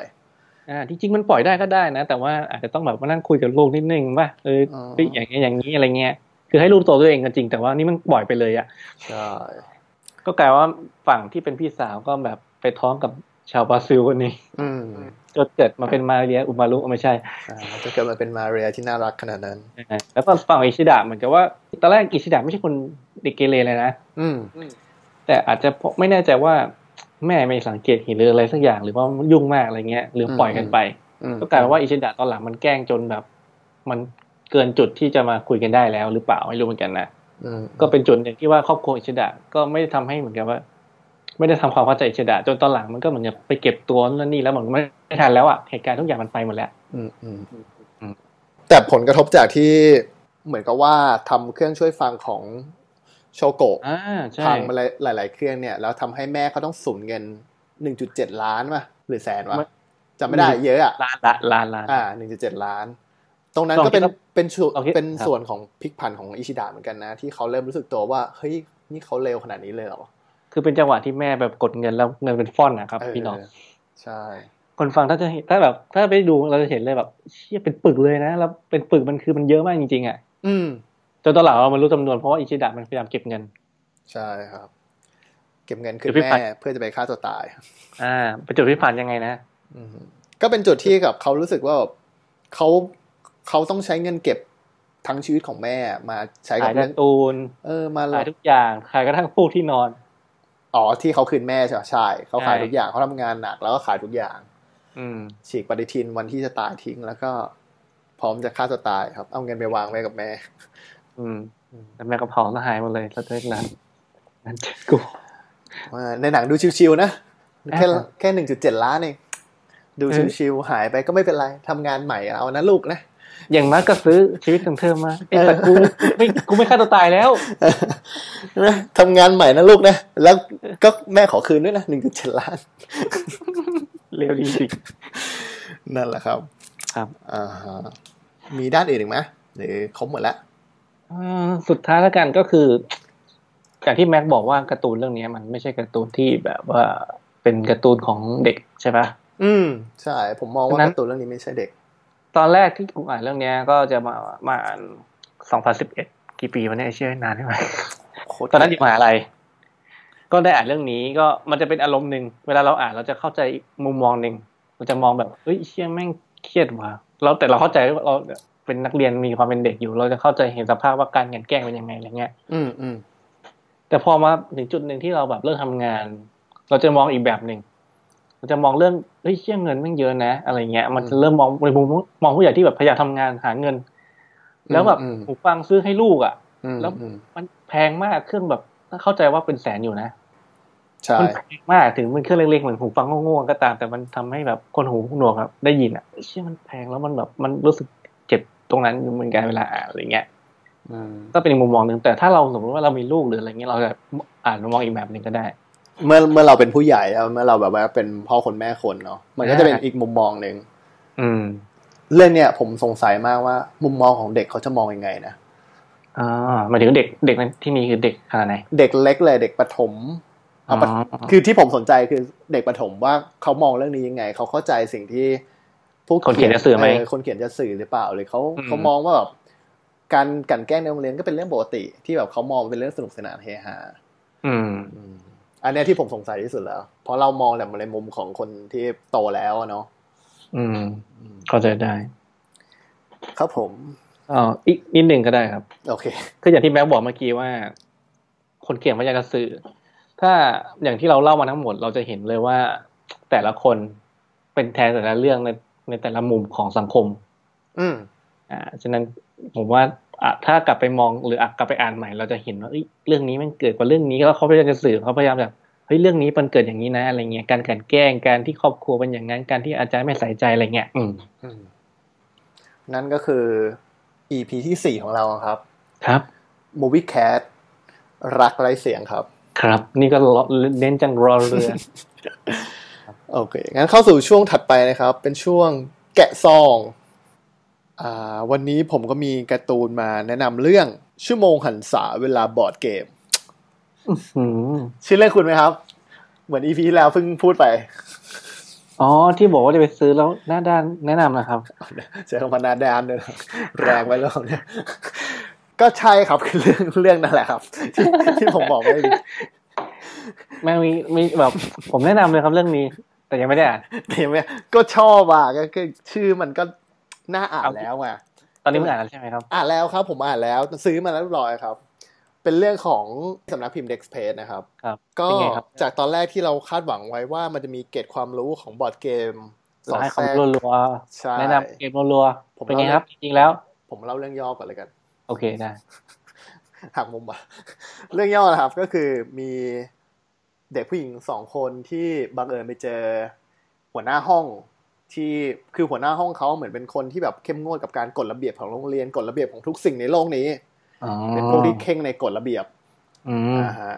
E: อ่าที่จริงมันปล่อยได้ก็ได้นะ แต่ว่าอาจจะต้องแบบมานั่งคุยกับลูกนิดนึงว่าเอออ
D: อ
E: เฮ้ยอย่างเงี้ยอย่างนี้อะไรเงี้ยคือให้ลูกโตด้วยเองก็จริงแต่ว่านี่มันปล่อยไปเลยอะ
D: ใช่
E: ก็กลายว่าฝั่งที่เป็นพี่สาวก็แบบไปท้องกับชาวบราซิลคนนี้
D: อืม
E: จนเกิดมาเป็นมาเรียอุมารุเอาไม่ใช่
D: อ่าจะเกิดมาเป็นมาเรียที่น่ารักขนาดนั้น
E: แล้วก็ฝั่งอิชิดะเหมือนกับว่าตอนแรกอิชิดะไม่ใช่คนเด็กเกเรเลยนะ
D: อืม
E: แต่อาจจะเพราะไม่แน่ใจว่าแม่ไม่สังเกตเห็นหรืออะไรสักอย่างหรือว่ายุ่งมากอะไรเงี้ยหรือปล่อยกันไป
D: อืม
E: ก็กลายเป็นว่าอิชิดะตอนหลังมันแกล้งจนแบบ มันเกินจุดที่จะมาคุยกันได้แล้วหรือเปล่าไม่รู้เหมือนกันนะ
D: อืม
E: ก็เป็นจุดหนึ่งที่ว่าครอบครัวอิชิดะก็ไม่ได้ทำให้เหมือนกับว่า ไม่ได้ทำความเข้าใจอิชิดะจนตอนหลังมันก็เหมือนจะไปเก็บตัวนั่นนี่แล้วเหมือนไม่ทันแล้วอ่ะเหตุการณ์ทุกอย่างมันไปหมดแล้ว
D: อืมอืม
E: อืม
D: แต่ผลกระทบจากที่เหมือนกับว่าทำเครื่องช่วยฟังของโชโกะ
E: อ่าใช่
D: พังมาหลายหลาย ๆ เครื่องเนี่ย แล้วทำให้แม่เขาต้องสูญเงิน 1.7 ล้านป่ะหรือแสนวะจำไม่ได้เยอะอ่ะ
E: ลานละลานลาน
D: อ่า 1.7 ล้าน ตรงนั้น
E: ลอง
D: ก็เป็น
E: คิดว่า
D: เป็นส่วน
E: ลองคิด
D: เป็น
E: ครับ
D: ส่วนของพลิกผันของอิชิดะเหมือนกันนะ ที่เขาเริ่มรู้สึกตัวว่า เฮ้ย นี่เขาเร็วขนาดนี้เลยเหรอ
E: คือเป็นจังหวะที่แม่แบบกดเงินแล้วเงินเป็นฟ่อนนะครับ
D: เ
E: พี่น้อง
D: ใช่
E: คนฟังถ้าจะเห็นถ้าแบบถ้าไปดูเราจะเห็นเลยแบบเชี่ยเป็นปึกเลยนะแล้วเป็นปึกมันคือมันเยอะมากจริงๆอ่ะ
D: อืม
E: จนตอนหลังเรามารู้จำนวนเพราะว่าอิชิดะมันพยายามเก็บเงิน
D: ใช่ครับ เก็บเงินคืน
E: เดี๋ยวพี่
D: แม่
E: ไป
D: เพื่อจะไปฆ่าตัวตาย
E: อ่าไปจุดพิพานยังไงนะ
D: อืมก็เป็นจุดที่กับเขารู้สึกว่าแบบเขาเขาต้องใช้เงินเก็บทั้งชีวิตของแม่มาใช้
E: ขา
D: กับ
E: ยกา
D: เรื่อง
E: ร์ตูน
D: เออมา
E: ขายทุกอย่างขายกระทั่งฟูกที่นอน
D: อ๋อที่เขาคืนแม่ใช่ปะใช่เขาขาย
E: ใช่
D: ทุกอย่างเขาทำงานหนักแล้วก็ขายทุกอย่าง
E: อืม
D: ฉีกปฏิทินวันที่จะตายทิ้ง แล้วก็พร้อมจะฆ่าตัวตายครับ เอาเงินไปวางไว้กับแม่
E: อืมแต่แม่กระเผาละหายหมดเลยแล้วเลิกนั้นนั่นเจ็บกู
D: ว่าในหนังดูชิวๆนะแค่
E: อ่า
D: แค่หนึ่งจุดเจ็ดล้านเองดู
E: เออ
D: ชิวๆหายไปก็ไม่เป็นไรทำงานใหม่เอานะลูกนะ
E: <laughs>
D: <laughs>
E: อย่างมากก็ซื้อชีวิตของเธอมาไอ้สัตว์กูไม่กูไม่ฆ่าตัวตายแล้ว
D: นะทำงานใหม่นะลูกนะ แล้วก็แม่ขอคืนด้วยนะหนึ่งจุดเจ็ดล้าน
E: เร็วดีจริง
D: นั่นแหละครับ
E: ครับ
D: อ่าฮะมีด้านอื่นอีกไหมหรือครบหมดแล้ว
E: เอ่อสุดท้ายแล้วกันก็คืออย่างที่แม็กบอกว่าการ์ตูนเรื่องนี้มันไม่ใช่การ์ตูนที่แบบว่าเป็นการ์ตูนของเด็กใช่ปะ
D: อืมใช่ผมมองว่า
E: งั้
D: กาน ร์ตูนเรื่องนี้ไม่ใช่เด็ก
E: ตอนแรกที่กูอ่านเรื่องนี้ก็จะมามาอ่าน2011 กี่ปีวะเนี่ยไอ้เชื่อนานใช่ไหม
D: โคตร
E: ตอนนั้นอยู่มหาลัยก็ได้อ่านเรื่องนี้ก็มันจะเป็นอารมณ์หนึ่งเวลาเราอ่านเราจะเข้าใจอีกมุมมองหนึ่งเราจะมองแบบเฮ้ยเชี่ยแม่งเครียดว่ะเราแต่เราเข้าใจว่าเราเป็นนักเรียนมีความเป็นเด็กอยู่ เราจะเข้าใจเห็นสภาพว่าการกลันแกล้งเป็นยังไงอะไรเงี้ย
D: อืมอืม
E: แต่พอมาถึงจุดหนึ่งที่เราแบบเลิกทำงาน เราจะมองอีกแบบหนึ่งเราจะมองเรื่องเฮ้ยเชี่ยเงินแม่งเยอะนะ อะไรเงี้ย มันจะเริ่มมองในมุมมองผู้ใหญ่ที่แบบพยายามทำงานหาเงิน แล้วแบบ
D: อืมอืม
E: หูฟังซื้อให้ลูกอ่ะ
D: อืม
E: แล้ว
D: อืม
E: มันแพงมากเครื่องแบบเข้าใจว่าเป็นแสนอยู่นะ
D: ใช่
E: มันแพงมากถึงมันเครื่องเล็กๆเหมือนหูฟังโง่ๆก็ตามแต่มันทำให้แบบคนหูหนวกครับได้ยินอ่ะเชี่ยมันแพงแล้วมันแบบมันรู้สึกเจ็บตรงนั้นอยู่เหมือนกันเวลาอ่านอะไรเงี้ย
D: อืม
E: ก็เป็นอีกมุมมองหนึ่งแต่ถ้าเราสมมติว่าเรามีลูกหรืออะไรเงี้ยเราจะอ่านมุมมองอีกแบบหนึ่งก็ได้
D: เมื่อเมื่อเราเป็นผู้ใหญ่แล้วเมื่อเราแบบว่าเป็นพ่อคนแม่คนเนาะมันก็จะเป็นอีกมุมมองหนึ่ง
E: อืม
D: เรื่องเนี่ยผมสงสัยมากว่ามุมมองของเด็กเขาจะมองยังไงนะ
E: อ่าหมายถึงเด็กเด็กในที่นี้คือเด็กขนาดไหน
D: เด็กเล็กเลยเด็กประถม
E: อ๋
D: เอา
E: อ
D: ปะคือที่ผมสนใจคือเด็กประถมว่าเขามองเรื่องนี้ยังไง เขาเข้าใจสิ่งที่ผู้
E: คนเขียนจะสื่อไหม
D: เคนเขียนจะสื่อหรือเปล่าหรือเขา
E: อืม
D: เขามองว่าแบบการกลันแกล้งในโรงเรียนก็เป็นเรื่องปกติ ที่แบบเขามองเป็นเรื่องสนุกสนานเฮฮา
E: อืม
D: อันเนี้ยที่ผมสงสัยที่สุดแล้ว เพราะเรามองแต่ในมุมของคนที่โตแล้วอะเนาะ
E: อืมเข้าใจได้
D: ครับผม
E: อ๋ออีกนิดหนึ่งก็ได้ครับ
D: โอเค
E: คืออย่างที่แบ๊กบอกเมื่อกี้ว่า คนเขียนพยากรณ์สื่อ ถ้าอย่างที่เราเล่ามาทั้งหมดเราจะเห็นเลยว่า แต่ละคนเป็นแทนแต่ละเรื่องในในแต่ละมุมของสังคม
D: อืม
E: อ่าฉะนั้นผมว่าอ่ะถ้ากลับไปมองหรืออ่ะกลับไปอ่านใหม่ เราจะเห็นว่าเอ้ยเรื่องนี้มันเกิดกว่าเรื่องนี้แล้วเขาพยายามจะสื่อเขาพยายามแบบเฮ้ยเรื่องนี้มันเกิดอย่างนี้นะอะไรเงี้ยการกลันแกล้งการที่ครอบครัวเป็นอย่างนั้นการที่อาจารย์ไม่ใส่ใจอะไรเงี้ยอืม
D: อืมนั่นก็คือ EP ที่สี่ของเราครับ
E: ครับ
D: มูวี่แคทรักไร้เสียงครับ
E: ครับ นี่ก็เน้นจังรอ <laughs> เรือ
D: โอเค งั้นเข้าสู่ช่วงถัดไปนะครับ เป็นช่วงแกะซองอ่าวันนี้ผมก็มีการ์ตูนมาแนะนำเรื่องชั่วโมงหันษาเวลาบอร์ดเกม
E: อืม
D: ชื่อเรื่องคุณไหมครับ เหมือน EP ที่แล้วเพิ่งพูดไป
E: อ๋อที่บอกว่าจะไปซื้อแล้วหน้าด้านแนะนำนะครับ
D: ใช้คำพนาดานด้วยนะ <laughs> แรงไว้แล้วเนี่ย <laughs> ก็ใช่ครับ <laughs> คือเรื่องเรื่องนั่นแหละครับ ที่ที่ผมบอกไม่ดี
E: แม่งมีมีแบบ ผมแนะนำเลยครับเรื่องนี้ แต่ยังไม่ได้อ่าน
D: เห็นไหมก็ชอบอ่ะก็ก็ชื่อมันก็น่าอ่านแล้วอ่ะ
E: ตอนนี้มึงอ่านแล้วใช่ไหมครับ
D: อ่านแล้วครับผมอ่านแล้วซื้อมาแล้วเรียบร้อยครับ เป็นเรื่องของสำนักพิมพ์ Dex Page นะครับ
E: ครับ
D: ก็
E: เป็นไงครับ
D: จากตอนแรกที่เราคาดหวังไว้ว่ามันจะมีเกร็ดความรู้ของบอร์ดเกม
E: ขอให้ค
D: แทร
E: วาม
D: ก
E: รัว
D: ใช่
E: ๆแนะนำเกมรัว
D: ผ
E: ๆ
D: ม
E: เป็นไงครับ จริงๆแล้ว
D: ผมเล่าเรื่องย่อก่อนเลยกัน
E: โอเคได้
D: หักมุมอ่ะ <laughs> เรื่องย่อนะครับก็คือมีเด็กผู้หญิงสองคนที่บังเอิญไปเจอหัวหน้าห้องที่คือหัวหน้าห้องเขาเหมือนเป็นคนที่แบบเข้มงวดกับการกฎระเบียบของโรงเรียนกฎระเบียบของทุกสิ่งในโลกนี้
E: อ๋อ
D: เป็นพวกที่เข่งในกฎระเบียบ
E: อืม
D: อ่าฮะ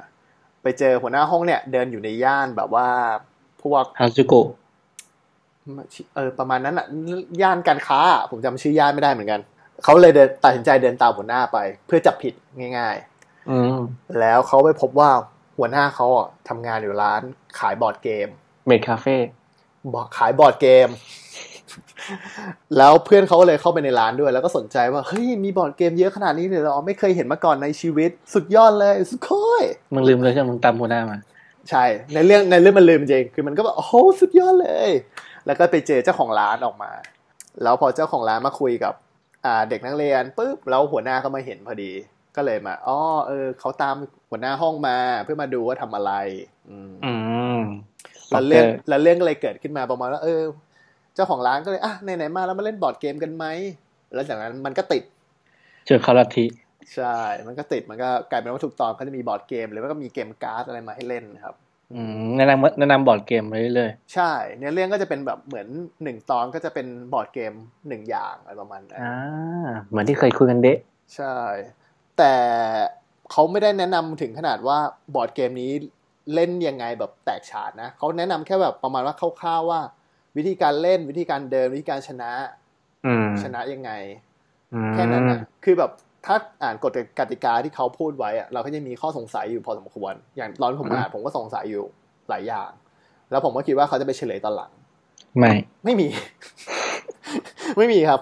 D: ไปเจอหัวหน้าห้องเนี่ย เดินอยู่ในย่านแบบว่าพวก
E: ฮาจูโกะ
D: เออประมาณนั้นอ่ะย่านการค้าอะผมจำชื่อย่านไม่ได้เหมือนกัน เขาเลยเดินตัดสินใจเดินตามหัวหน้าไป เพื่อจับผิดง่าย
E: อืม
D: ๆ แล้วเขาไปพบว่าหัวหน้าเขาอ่ะทำงานอยู่ร้านขายบอร์ดเกม
E: เมดคาเฟ่
D: บอกขายบอร์ดเกม <laughs> แล้วเพื่อนเขาก็เลยเข้าไปในร้านด้วย แล้วก็สนใจว่าเฮ้ยมีบอร์ดเกมเยอะขนาดนี้เลยเหรอไม่เคยเห็นมาก่อนในชีวิต สุดยอดเลยสุดโค่อย
E: มึงลืมเลยใช่ไหมมึงตามหัวหน้ามา
D: ใช่ ในเรื่องในเรื่องมันลืมจริง คือมันก็แบบโอ้โหสุดยอดเลย แล้วก็ไปเจอเจ้าของร้านออกมา แล้วพอเจ้าของร้านมาคุยกับอ่าเด็กนักเรียนปุ๊บแล้วหัวหน้าก็มาเห็นพอดี ก็เลยมาอ๋อเออเขาตามหัวหน้าห้องมาเพื่อมาดูว่าทำอะไรอืม
E: อืม
D: แล้วเรื่องแล้วเรื่องก็เลยเกิดขึ้นมาประมาณว่าเออ เจ้าของร้านก็เลยอ่ะไหนๆมาแล้วมาเล่นบอร์ดเกมกันไหมแล้วจากนั้นมันก็ติด
E: เจอคาราทิ
D: ใช่ มันก็ติดมันก็กลายเป็นว่าถูกตอนก็จะมีบอร์ดเกมหรือว่าก็มีเกมการ์ดอะไรมาให้เล่นนะครับ
E: อืมแนะนำแนะนำบอร์ดเกมไปเรื่อย
D: ใช่เนื้อเรื่องก็จะเป็นแบบเหมือนหนึ่งตอนก็จะเป็นบอร์ดเกมหนึ่งอย่างอะไรประมาณนั้
E: ๆ
D: น
E: อ่าเหมือนที่เคยคุยกันเดะ
D: ใช่ แต่เขาไม่ได้แนะนำถึงขนาดว่าบอร์ดเกมนี้เล่นยังไงแบบแตกฉานนะเขาแนะนำแค่แบบประมาณว่าคร่าวๆว่า วิธีการเล่นวิธีการเดินวิธีการชนะ
E: อืม
D: ชนะยังไง
E: อืม
D: แค่นั้นนะคือแบบถ้าอ่านกฎกติกาที่เขาพูดไว้อะเราก็ยังมีข้อสงสัยอยู่พอสมควร อย่างตอนผมอ่านผมก็สงสัยอยู่หลายอย่าง แล้วผมก็คิดว่าเขาจะไปเฉลยตอนหลัง
E: ไม่
D: ไม่มี <laughs> ไม่มีครับ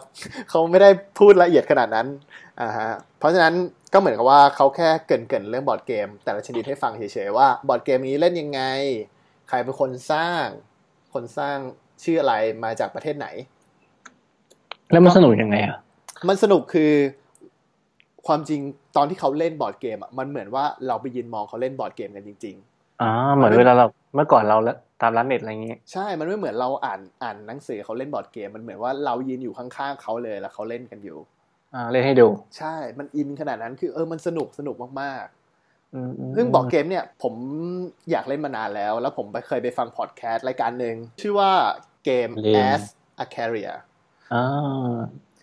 D: เขาไม่ได้พูดละเอียดขนาดนั้นอ่าฮะเพราะฉะนั้นก็เหมือนกับว่าเขาแค่เกรินเกรินๆเรื่องบอร์ดเกม แต่ละชนิดให้ฟังเฉยๆว่าบอร์ดเกมนี้เล่นยังไง ใครเป็นคนสร้าง คนสร้างชื่ออะไรมาจากประเทศไหน
E: แล้วมันสนุกยังไงอ่ะ
D: มันสนุกคือความจริงตอนที่เขาเล่นบอร์ดเกมอ่ะมันเหมือนว่าเราไปยืนมองเขาเล่นบอร์ดเกมกันจริง ๆ
E: อ๋อเหมือนเวลาเราเมื่อก่อนเราละตามร้านเน็ตอะไรอย่างเงี้ย
D: ใช่ มันไม่เหมือนเราอ่านอ่านหนังสือเขาเล่นบอร์ดเกม มันเหมือนว่าเรายืนอยู่ข้างๆเขาเลยแล้วเขาเล่นกันอยู่
E: อ่าเล่นให้ดู
D: ใช่ มันอินขนาดนั้น คือเออ มันสนุกสนุกมาก
E: อืม
D: ๆ ซึ่งบอกเกมเนี่ย ผมอยากเล่นมานานแล้ว แล้วผมไปเคยไปฟังพอดแคสต์รายการหนึ่ง ชื่อว่าเกม as a carrier
E: อ่า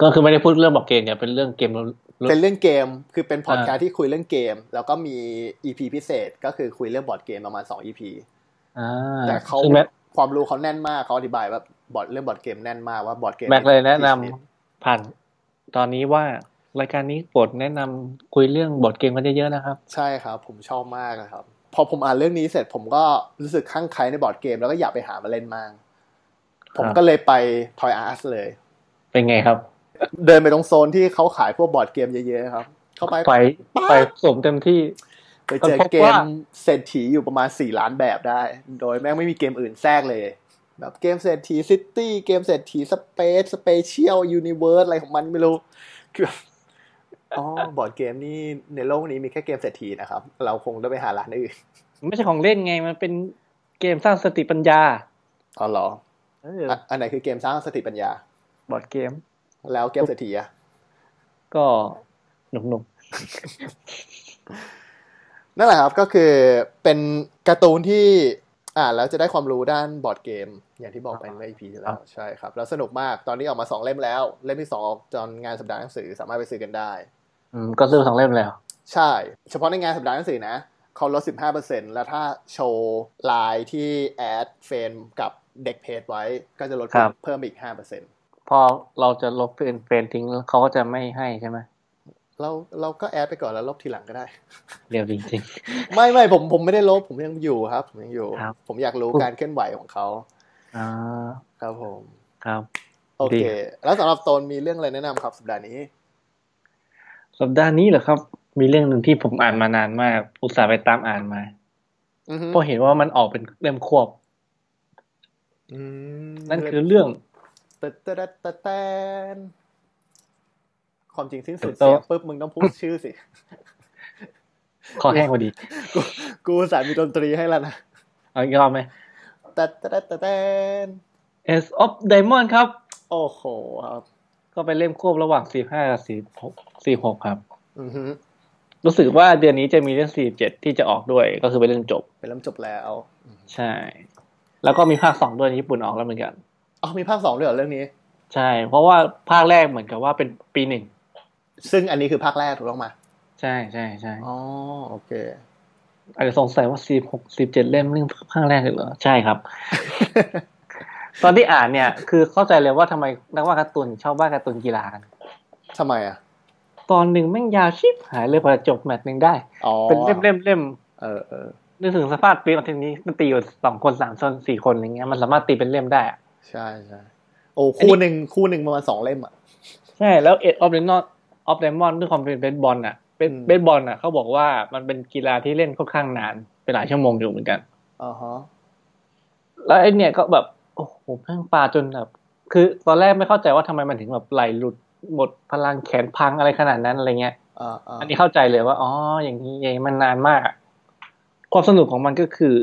E: ก็คือไม่ได้พูดเรื่องบอกเกมเนี่ยเป็นเรื่องเกมล้วน
D: เป็นเรื่องเกมคือเป็นพอดแคส
E: อ่า
D: ต์ที่คุยเรื่องเกม แล้วก็มี EP พิเศษก็คือคุยเรื่องบอร์ดเกมประมาณ 2 EP
E: อ่า
D: แต่เขา
E: ซึ่งแม็ก
D: ความรู้เขาแน่นมากเขาอธิบายว่าบอร์ดเรื่องบอร์ดเกมแน่นมากว่าบอร์ดเกม
E: แม็กเลยแนะนำ
D: กี่ชด
E: ผ่านตอนนี้ว่ารายการนี้โปรดแนะนำคุยเรื่องบอร์ดเกมกันเยอะๆนะครับ
D: ใช่ครับ ผมชอบมากนะครับ พอผมอ่านเรื่องนี้เสร็จผมก็รู้สึกข้างใครในบอร์ดเกม แล้วก็อยากไปหามาเล่นมาก ผมก็เลยไป Toy a r s เลย
E: เป็นไงครับ
D: เดินไปตรงโซนที่เขาขายพวกบอร์ดเกมเยอะๆครับ เข้าไป
E: ไปไปสมเต็มที่
D: ไปเจอ
E: ผมพบ
D: เกม
E: ว่า
D: เศรษฐีอยู่ประมาณ 4 ล้านแบบได้ โดยแม่งไม่มีเกมอื่นแทรกเลย แบบเกมเศรษฐีซิตี้เกมเศรษฐีสเปซสเปเชียลยูนิเวิร์สอะไรของมันไม่รู้คือ อ๋อบอร์ดเกมนี่ในโลกนี้มีแค่เกมเศรษฐีนะครับ เราคงต้องไปหาร้านอื่น
E: มันไม่ใช่ของเล่นไงมันเป็นเกมสร้างสติปัญญา
D: อ๋อเหรอ
E: เออ
D: อ่ะอันไหนคือเกมสร้างสติปัญญา
E: บอร์ดเกม
D: แล้วเกมเศรษฐีอะ
E: ก็หนุก
D: นั่นแหละครับก็คือเป็นการ์ตูนที่อ่านแล้วจะได้ความรู้ด้านบอร์ดเกม อย่างที่บอกไปใน EP ที่แล้วใช่ครับ แล้วสนุกมากตอนนี้ออกมา 2 เล่มแล้ว เล่มที่ 2 ออกตอนงานสัปดาห์หนังสือสามารถไปซื้อกันได้
E: ๆอืมก็ซื้อสองเล่มแล้ว
D: ใช่ เฉพาะในงานสัปดาห์หนังสือนะเขาลด 15%แล้วถ้าโชว์ไลน์ที่แอดเฟนกับเด็กเพจไว้ก็จะลด
E: ครับ
D: เพิ่มอีก 5%
E: พอเราจะลบเฟรนเฟรนทิ้งเขาก็จะไม่ให้ใช่ไหม
D: เราเราก็แอดไปก่อนแล้วลบทีหลังก็ได้
E: เร็วจริง
D: ไม่ไม่ผมผมไม่ได้ลบผมยังอยู่ครับ ผมยังอยู่
E: ครับ
D: ผมอยากรู้การเคลื่อนไหวของเขา
E: ๆอ่า
D: ครับผม
E: ครับ
D: โอเค
E: ดีครับ
D: แล้วสำหรับโตนมีเรื่องอะไรแนะนำครับสัปดาห์นี้
E: สัปดาห์นี้เหรอครับ มีเรื่องหนึ่งที่ผมอ่านมานานมาก อุตส่าห์ไปตามอ่านมา
D: อือฮึ
E: เพราะเห็นว่ามันออกเป็นเล่มควบ
D: อืม
E: นั่นคือเรื่อง
D: ตะตะตะตะแตนความจริงสิ้นสุด
E: ถูกต้
D: เสียง
E: อง
D: ปุ๊บมึงต้องพูดชื่อสิ
E: คอแห้งพอดี
D: กูกูอุตสายมีดนตรีให้แล้วนะ
E: เอาอีกรอบไหม
D: ตะตะตะตะแตน
E: S of Diamond ครับ
D: โอ้โหครับ
E: ก็เป็นเล่มควบระหว่าง 45กับ46 46 ครับ
D: อือฮึ
E: รู้สึกว่าเดือนนี้จะมีเรื่อง 47 ที่จะออกด้วย ก็คือเป็นเรื่องจบ
D: เป็นเริ่มจบแล้ว
E: ใช่ แล้วก็มีภาค 2 ด้วยญี่ปุ่นออกแล้วเหมือนกัน
D: อ๋อมีภาคสองด้วยเหรอเรื่องนี้
E: ใช่ เพราะว่าภาคแรกเหมือนกับว่าเป็นปีหนึ่ง
D: ซึ่งอันนี้คือภาคแรกถูกต้องไหม
E: ใช่ใช่ใช่
D: อ๋อโอเค
E: อาจจะสงสัยว่า 46 47 เล่มเรื่องภาคแรกเลยเหรอ ใช่ครับ <laughs> ตอนที่อ่านเนี่ย คือเข้าใจเลยว่าทำไมนักวาดการ์ตูนถึงชอบวาดการ์ตูนกีฬากัน
D: ทำไมอ่ะ
E: ตอนหนึ่งแม่งยาวชิบหายเลยพอจบแมตช์หนึ่งได้
D: อ๋อ
E: เป็นเล่มเล่มเล่ม
D: เออเออ
E: นึกถึงสภาพปีนทีนี้มันตีอยู่สองคนสามคนสี่คนอย่างเงี้ยมันสามารถตีเป็นเล่มได้อะ
D: ใช่ใช่โอ้คู่หนึ่งคู่หนึ่งประมาณสองเล่มอ่ะ
E: ใช่แล้วเอ็ดออฟเดนอตออฟเดมอนด้วยความเป็นเบสบอลอ่ะเป็น
D: อืม
E: เบสบอลอ่ะเขาบอกว่ามันเป็นกีฬาที่เล่นค่อนข้างนานเป็นหลายชั่วโมงอยู่เหมือนกัน
D: อ๋อฮะ
E: แล้วไอ้เนี่ยก็แบบโอ้โหแม่งปาจนแบบคือตอนแรกไม่เข้าใจว่าทำไมมันถึงแบบไหลหลุดหมดพลังแขนพังอะไรขนาดนั้นอะไรเงี้ย
D: อ่าอ่า
E: อันนี้เข้าใจเลยว่าอ๋ออย่างนี้อย่างนี้มันนานมากอะความสนุกของมันก็คือ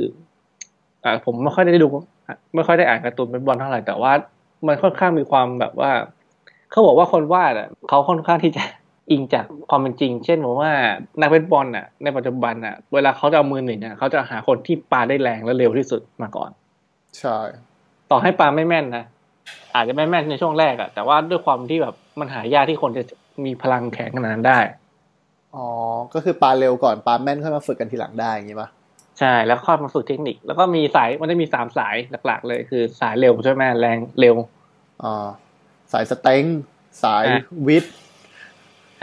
E: อ่า ผมไม่ค่อยได้ดูไม่ค่อยได้อ่านการ์ตูนเป็นบอลเท่าไหร่แต่ว่า มันค่อนข้างมีความแบบว่า เขาบอกว่าคนวาดอ่ะเขาค่อนข้างที่จะ อิงจากความเป็นจริง เช่นผมว่านักเบสบอลอ่ะ ในปัจจุบันอ่ะ เวลาเขาจะเอามือหนึ่งอ่ะเขาจะหาคนที่ปาได้แรงและเร็วที่สุดมาก่อน
D: ใช่
E: ต่อให้ปาไม่แม่นนะอาจจะไม่แม่นในช่วงแรกอ่ะแต่ว่าด้วยความที่แบบมันหายากที่คนจะมีพลังแข็งขนาดนั้นได้
D: อ๋อ ก็คือปลาเร็วก่อนปลาแม่นค่อยมาฝึกกันทีหลังได้อย่างงี้ปะ
E: ใช่แล้วค่อยมาฝึกเทคนิค แล้วก็มีสายมันจะมีสามสายหลักๆ เลยคือสายเร็วใช่ไหมแรงเร็ว
D: อ๋อ สายสเต็ง สาย
E: อ่ะ
D: วิทย์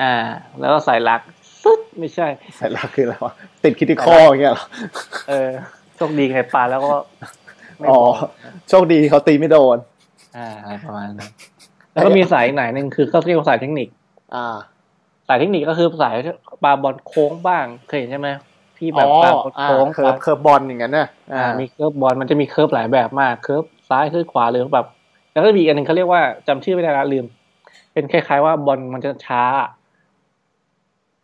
E: อ่า แล้วก็สายรักสุดไม่ใช่
D: สายลักคืออะไรวะ ติดคิติคออย่างเงี้ยเหรอ
E: เออโชคดีใครปาแล้วก็ไม่
D: อ๋อ
E: โดน
D: โชคดีเขาตีไม่โดน
E: อ่าอะไรประมาณนั้นแล้วก็มีสายอีกไหนหนึ่งคือเขาเรียกว่าสายเทคนิค
D: อ่า
E: สายเทคนิคก็คือสายปาบอลโค้งบ้างเคยเห็นใช่ไหมที่แบ
D: อ๋
E: บ
D: อ
E: ปาบอล
D: อ่า
E: โค้ง
D: เคิร์ฟเคิร์ฟบอลอย่างนั้นน่ะ
E: อ่ามีเคิร์ฟบอลมันจะมีเคิร์ฟหลายแบบมากเคิร์ฟซ้ายเคิร์ฟขวาหรือแบบแล้วก็มีอีกอันหนึ่งเขาเรียกว่าจำชื่อไม่ได้ละลืม เป็นคล้ายๆว่าบอลมันจะช้า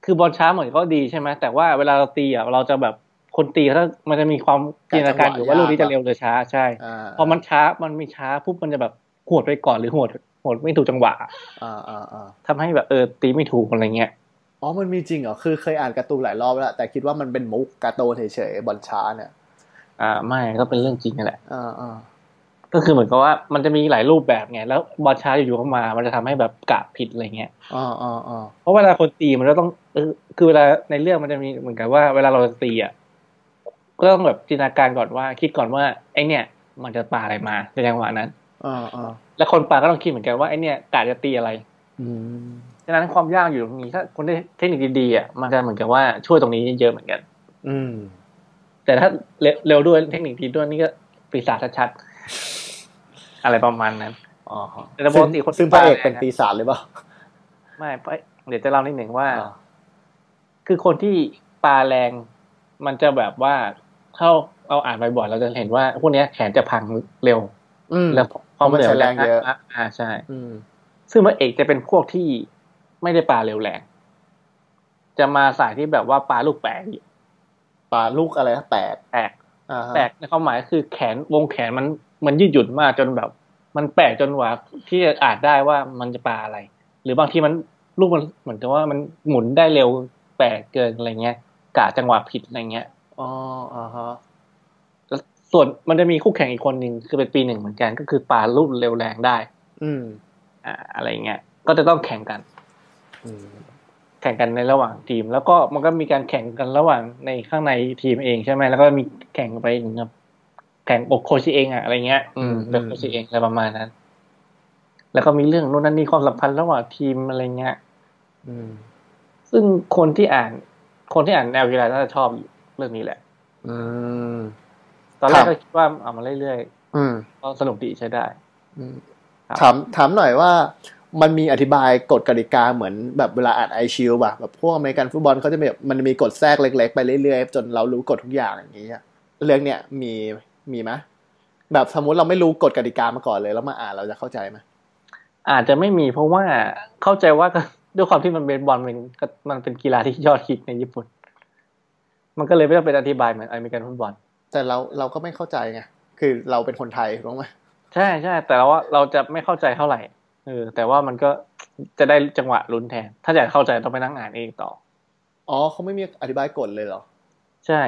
E: คือบอลช้าเหมือนก็ดีใช่ไหมแต่ว่าเวลาเราตีอ่ะเราจะแบบคนตีเขามันจะมีความจินตนาการอยู่ว่าลูกนี้จะเร็วหรือช้าใช่
D: อ่า
E: พอมันช้ามันมีช้าปุ๊บมันจะแบบหวดไปก่อนหรือหวดหวดไม่ถูกจังหวะ
D: อ่าอ่าอ่า
E: ทำให้แบบเออตีไม่ถูกอะไรเงี้ย
D: อ๋อ มันมีจริงเหรอ คือเคยอ่านการ์ตูนหลายรอบแล้ว แต่คิดว่ามันเป็นมุกการ์ตูนเฉยๆบอลช้าเนี่ย
E: อ่าไม่ก็เป็นเรื่องจริงนั่นแหละ
D: อ่าอ่า
E: ก็คือเหมือนกับว่ามันจะมีหลายรูปแบบไงแล้วบอชาอยู่ๆเข้ามา มันจะทำให้แบบกะผิดอะไรเงี้ย
D: อ๋ออ๋ออ๋อ
E: เพราะเวลาคนตีมันก็ต้องเออคือเวลาในเรื่องมันจะมีเหมือนกับว่าเวลาเราจะตีอ่ะก็ต้องแบบจินตนาการก่อนว่า คิดก่อนว่าไอเนี่ย มันจะปาอะไรมาในจังหวะนั้น
D: อ๋ออ๋อ
E: แล้วคนปาก็ต้องคิดเหมือนกันว่าไอเนี่ยกะจะตีอะไร
D: อืม
E: ฉะนั้นความยากอยู่ตรงนี้ถ้าคนได้เทคนิคดีๆอ่ะมันจะเหมือนกับว่าช่วยตรงนี้เยอะเหมือนกัน
D: อืม
E: แต่ถ้าเร็วด้วยเทคนิคดีด้วยนี่ก็ปีศาจชัดๆอะไรประมาณนั้น
D: อ๋อ
E: แต่ปกติคน
D: ซึ่งพระเอก
E: ตาย
D: เป็นปีศาจหรือเปล่า
E: ไม่พระเดี๋ยวจะเล่านิดหนึ่งว่า
D: อ่า
E: คือคนที่ปลาแรงมันจะแบบว่าเข้าเอาอ่านบ่อยๆเราจะเห็นว่าพวกเนี้ยแขนจะพังเร็ว
D: อืม
E: แล้ว
D: เพราะมันใช้แรงเยอะ
E: อ่าใช่
D: อืม
E: ซึ่งพระเอกจะเป็นพวกที่ไม่ได้ปลาเร็วแรง จะมาสายที่แบบว่าปลาลูกแปลก
D: ปลาลูกอะไรนะแตก
E: แปลก
D: อ่าฮะ
E: แปลกในความหมายคือแขนวงแขนมันมันยืดหยุ่นมากจนแบบ มันแปลกจนกว่าที่จะอ่านได้ว่ามันจะปลาอะไร หรือบางทีมันลูกมันเหมือนกับว่ามันหมุนได้เร็วแปลกเกินอะไรเงี้ยกะจังหวะผิดอะไรเงี้ย
D: อ๋ออ่าฮะ
E: แล้วส่วนมันจะมีคู่แข่งอีกคนหนึ่งคือเป็นปีหนึ่งเหมือนกันก็คือปลาลูกเร็วแรงได้
D: อืม
E: อ่าอะไรเงี้ยก็จะต้องแข่งกัน
D: อืม
E: แข่งกันในระหว่างทีม แล้วก็มันก็มีการแข่งกันระหว่างในข้างในทีมเองใช่ไหมแล้วก็มีแข่งไปถึงกับแข่งอกโคชเองอะอะไรเงี้ย อืมเป็นโคชเองอะไรประมาณนั้น แล้วก็มีเรื่องโน่นนั่นนี่ความสัมพันธ์ระหว่างทีมอะไรเงี้ย
D: อืม
E: ซึ่งคนที่อ่าน คนที่อ่านแนวกีฬาน่าจะชอบเรื่องนี้แหละ
D: อืม
E: ตอนแรก
D: ครั
E: ก็
D: บ
E: คิดว่าเอามาเรื่อย
D: อืม
E: ๆก็สนุกดีใช้ได้ ค
D: ถา
E: รับ
D: มถามหน่อยว่ามันมีอธิบายกฎกติกาเหมือนแบบเวลาอ่านไอชิลป่ะแบบพวกอเมริกันฟุตบอลเขาจะมีแบบมันมีกฎแทรกเล็ก ๆ ไปเรื่อยๆ จนเรารู้กฎทุกอย่างอย่างนี้อะเรื่องเนี้ยมีมีไหมแบบสมมติเราไม่รู้กฎกติกามาก่อนเลยแล้วมาอ่านเราจะเข้าใจไหม
E: อาจจะไม่มีเพราะว่าเข้าใจว่า <laughs> ด้วยความที่มันเป็นบอลมันก็มันเป็นกีฬาที่ยอดฮิตในญี่ปุ่น มันก็เลยไม่ต้องเป็นอธิบายเหมือนอเมริกันฟุตบอล
D: แต่เราเราก็ไม่เข้าใจไงคือเราเป็นคนไทยรู้ไหม
E: ใช่ใช่แต่ว่าเราจะไม่เข้าใจเท่าไหร่เออแต่ว่ามันก็จะได้จังหวะลุ้นแทน ถ้าอยากเข้าใจต้องไปนั่งอ่านเองต่อ
D: อ๋อเขาไม่มีอธิบายกฎเลยเหรอ
E: ใช่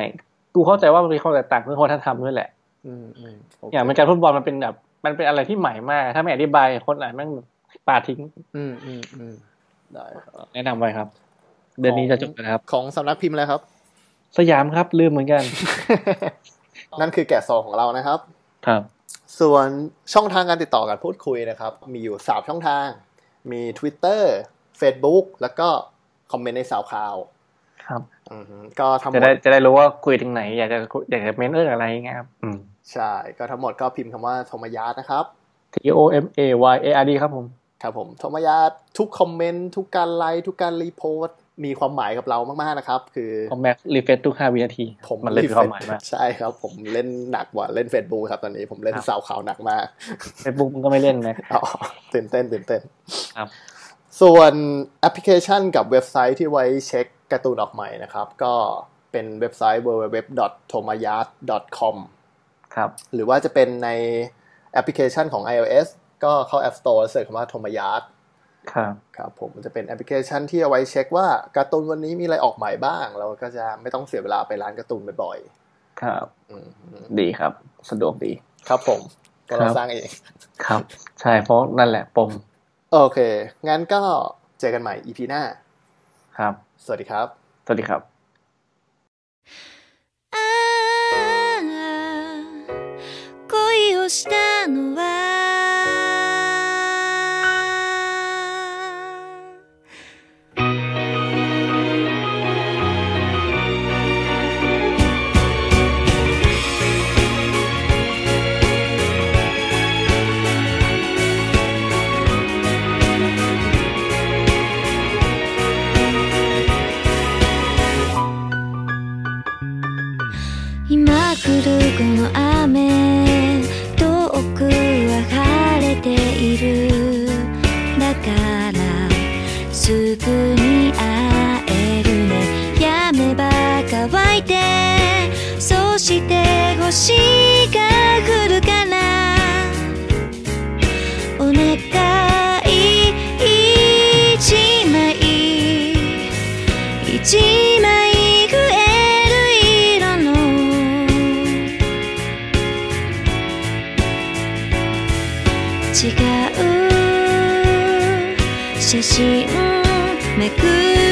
E: กูเข้าใจว่ามันมีความแตกต่างเรื่องวัฒนธรรมด้วยแหละ
D: อืมอืมโเค
E: อย่างเป็นการฟุตบอลมันเป็นแบบมันเป็นอะไรที่ใหม่มาก ถ้าไม่อธิบายคนอ่านแม่งปาทิ้ง
D: อืมอืมอืมได้ครับ
E: แนะนำไว้ครับ เดือนนี้จะจบนะครับ
D: ของสำนักพิมพ์อะไร
E: <laughs>
D: ครับ
E: สยามครับลืมเหมือนกัน
D: นั่นคือแกะซองของเรานะครับ
E: ครับ
D: ส่วนช่องทางการติดต่อการพูดคุยนะครับ มีอยู่ 3 ช่องทาง มี Twitter Facebook แล้วก็คอมเมนต์ในสาวข่าว
E: ครับ
D: ก็ทั้งหม
E: จะได้
D: ด
E: จะได้รู้ว่าคุยถึงไหน อยากจะคุยอยากจะเมนเรื่องอะไรอย่างเงี้ยครับ อืม
D: ใช่ ก็ทั้งหมดก็พิมพ์คำว่าโทมายาสนะครับ
E: T O M A Y A R D ครับผม
D: ครับผมโทมายาสทุกคอมเมนต์ทุกการไลค์ทุกการรีโพสต์มีความหมายกับเรามาก ๆ นะครับ คือ
E: คอมแบ็กรีเฟซทุกห้าวินาทีมันเลยมีความหมายมาก
D: ใช่ครับ ผมเล่นหนักกว่าเล่น Facebook ครับตอนนี้ผมเล่น
E: ครับ
D: สาวข่าวหนักมาก
E: เฟซบุ๊กมันก็ไม่เล่นนะ
D: อ๋อตื่นเต้นตื่นเต้น
E: ครับ
D: ส่วนแอปพลิเคชันกับเว็บไซต์ที่ไว้เช็คการ์ตูนออกใหม่นะครับ ก็เป็นเว็บไซต์ www.tomayat.com
E: ครับ
D: หรือว่าจะเป็นในแอปพลิเคชันของ iOS ก็เข้า App Store แล้วเสิร์ชคำว่า Tomayat
E: ครับ
D: ครับผมจะเป็นแอปพลิเคชันที่เอาไว้เช็คว่าการ์ตูนวันนี้มีอะไรออกใหม่บ้าง เราก็จะไม่ต้องเสียเวลาไปร้านการ์ตูนบ่อย
E: ครับ
D: ๆอืม
E: ดีครับ สะดวกดี
D: ครับผมก็เรา
E: ครับ
D: สร้างเอง
E: ครับ ใช่ เพราะนั่นแหละปม
D: โอเค งั้นก็เจอกันใหม่ EP หน้า
E: ครับ
D: สวัสดีครับ
E: สวัสดีครับ
B: ああ恋をしたのは今来るこの雨遠くは晴れているだからすぐに会えるねやめば乾いてそして星が降るからお願い一枚一枚増える色の写真めくる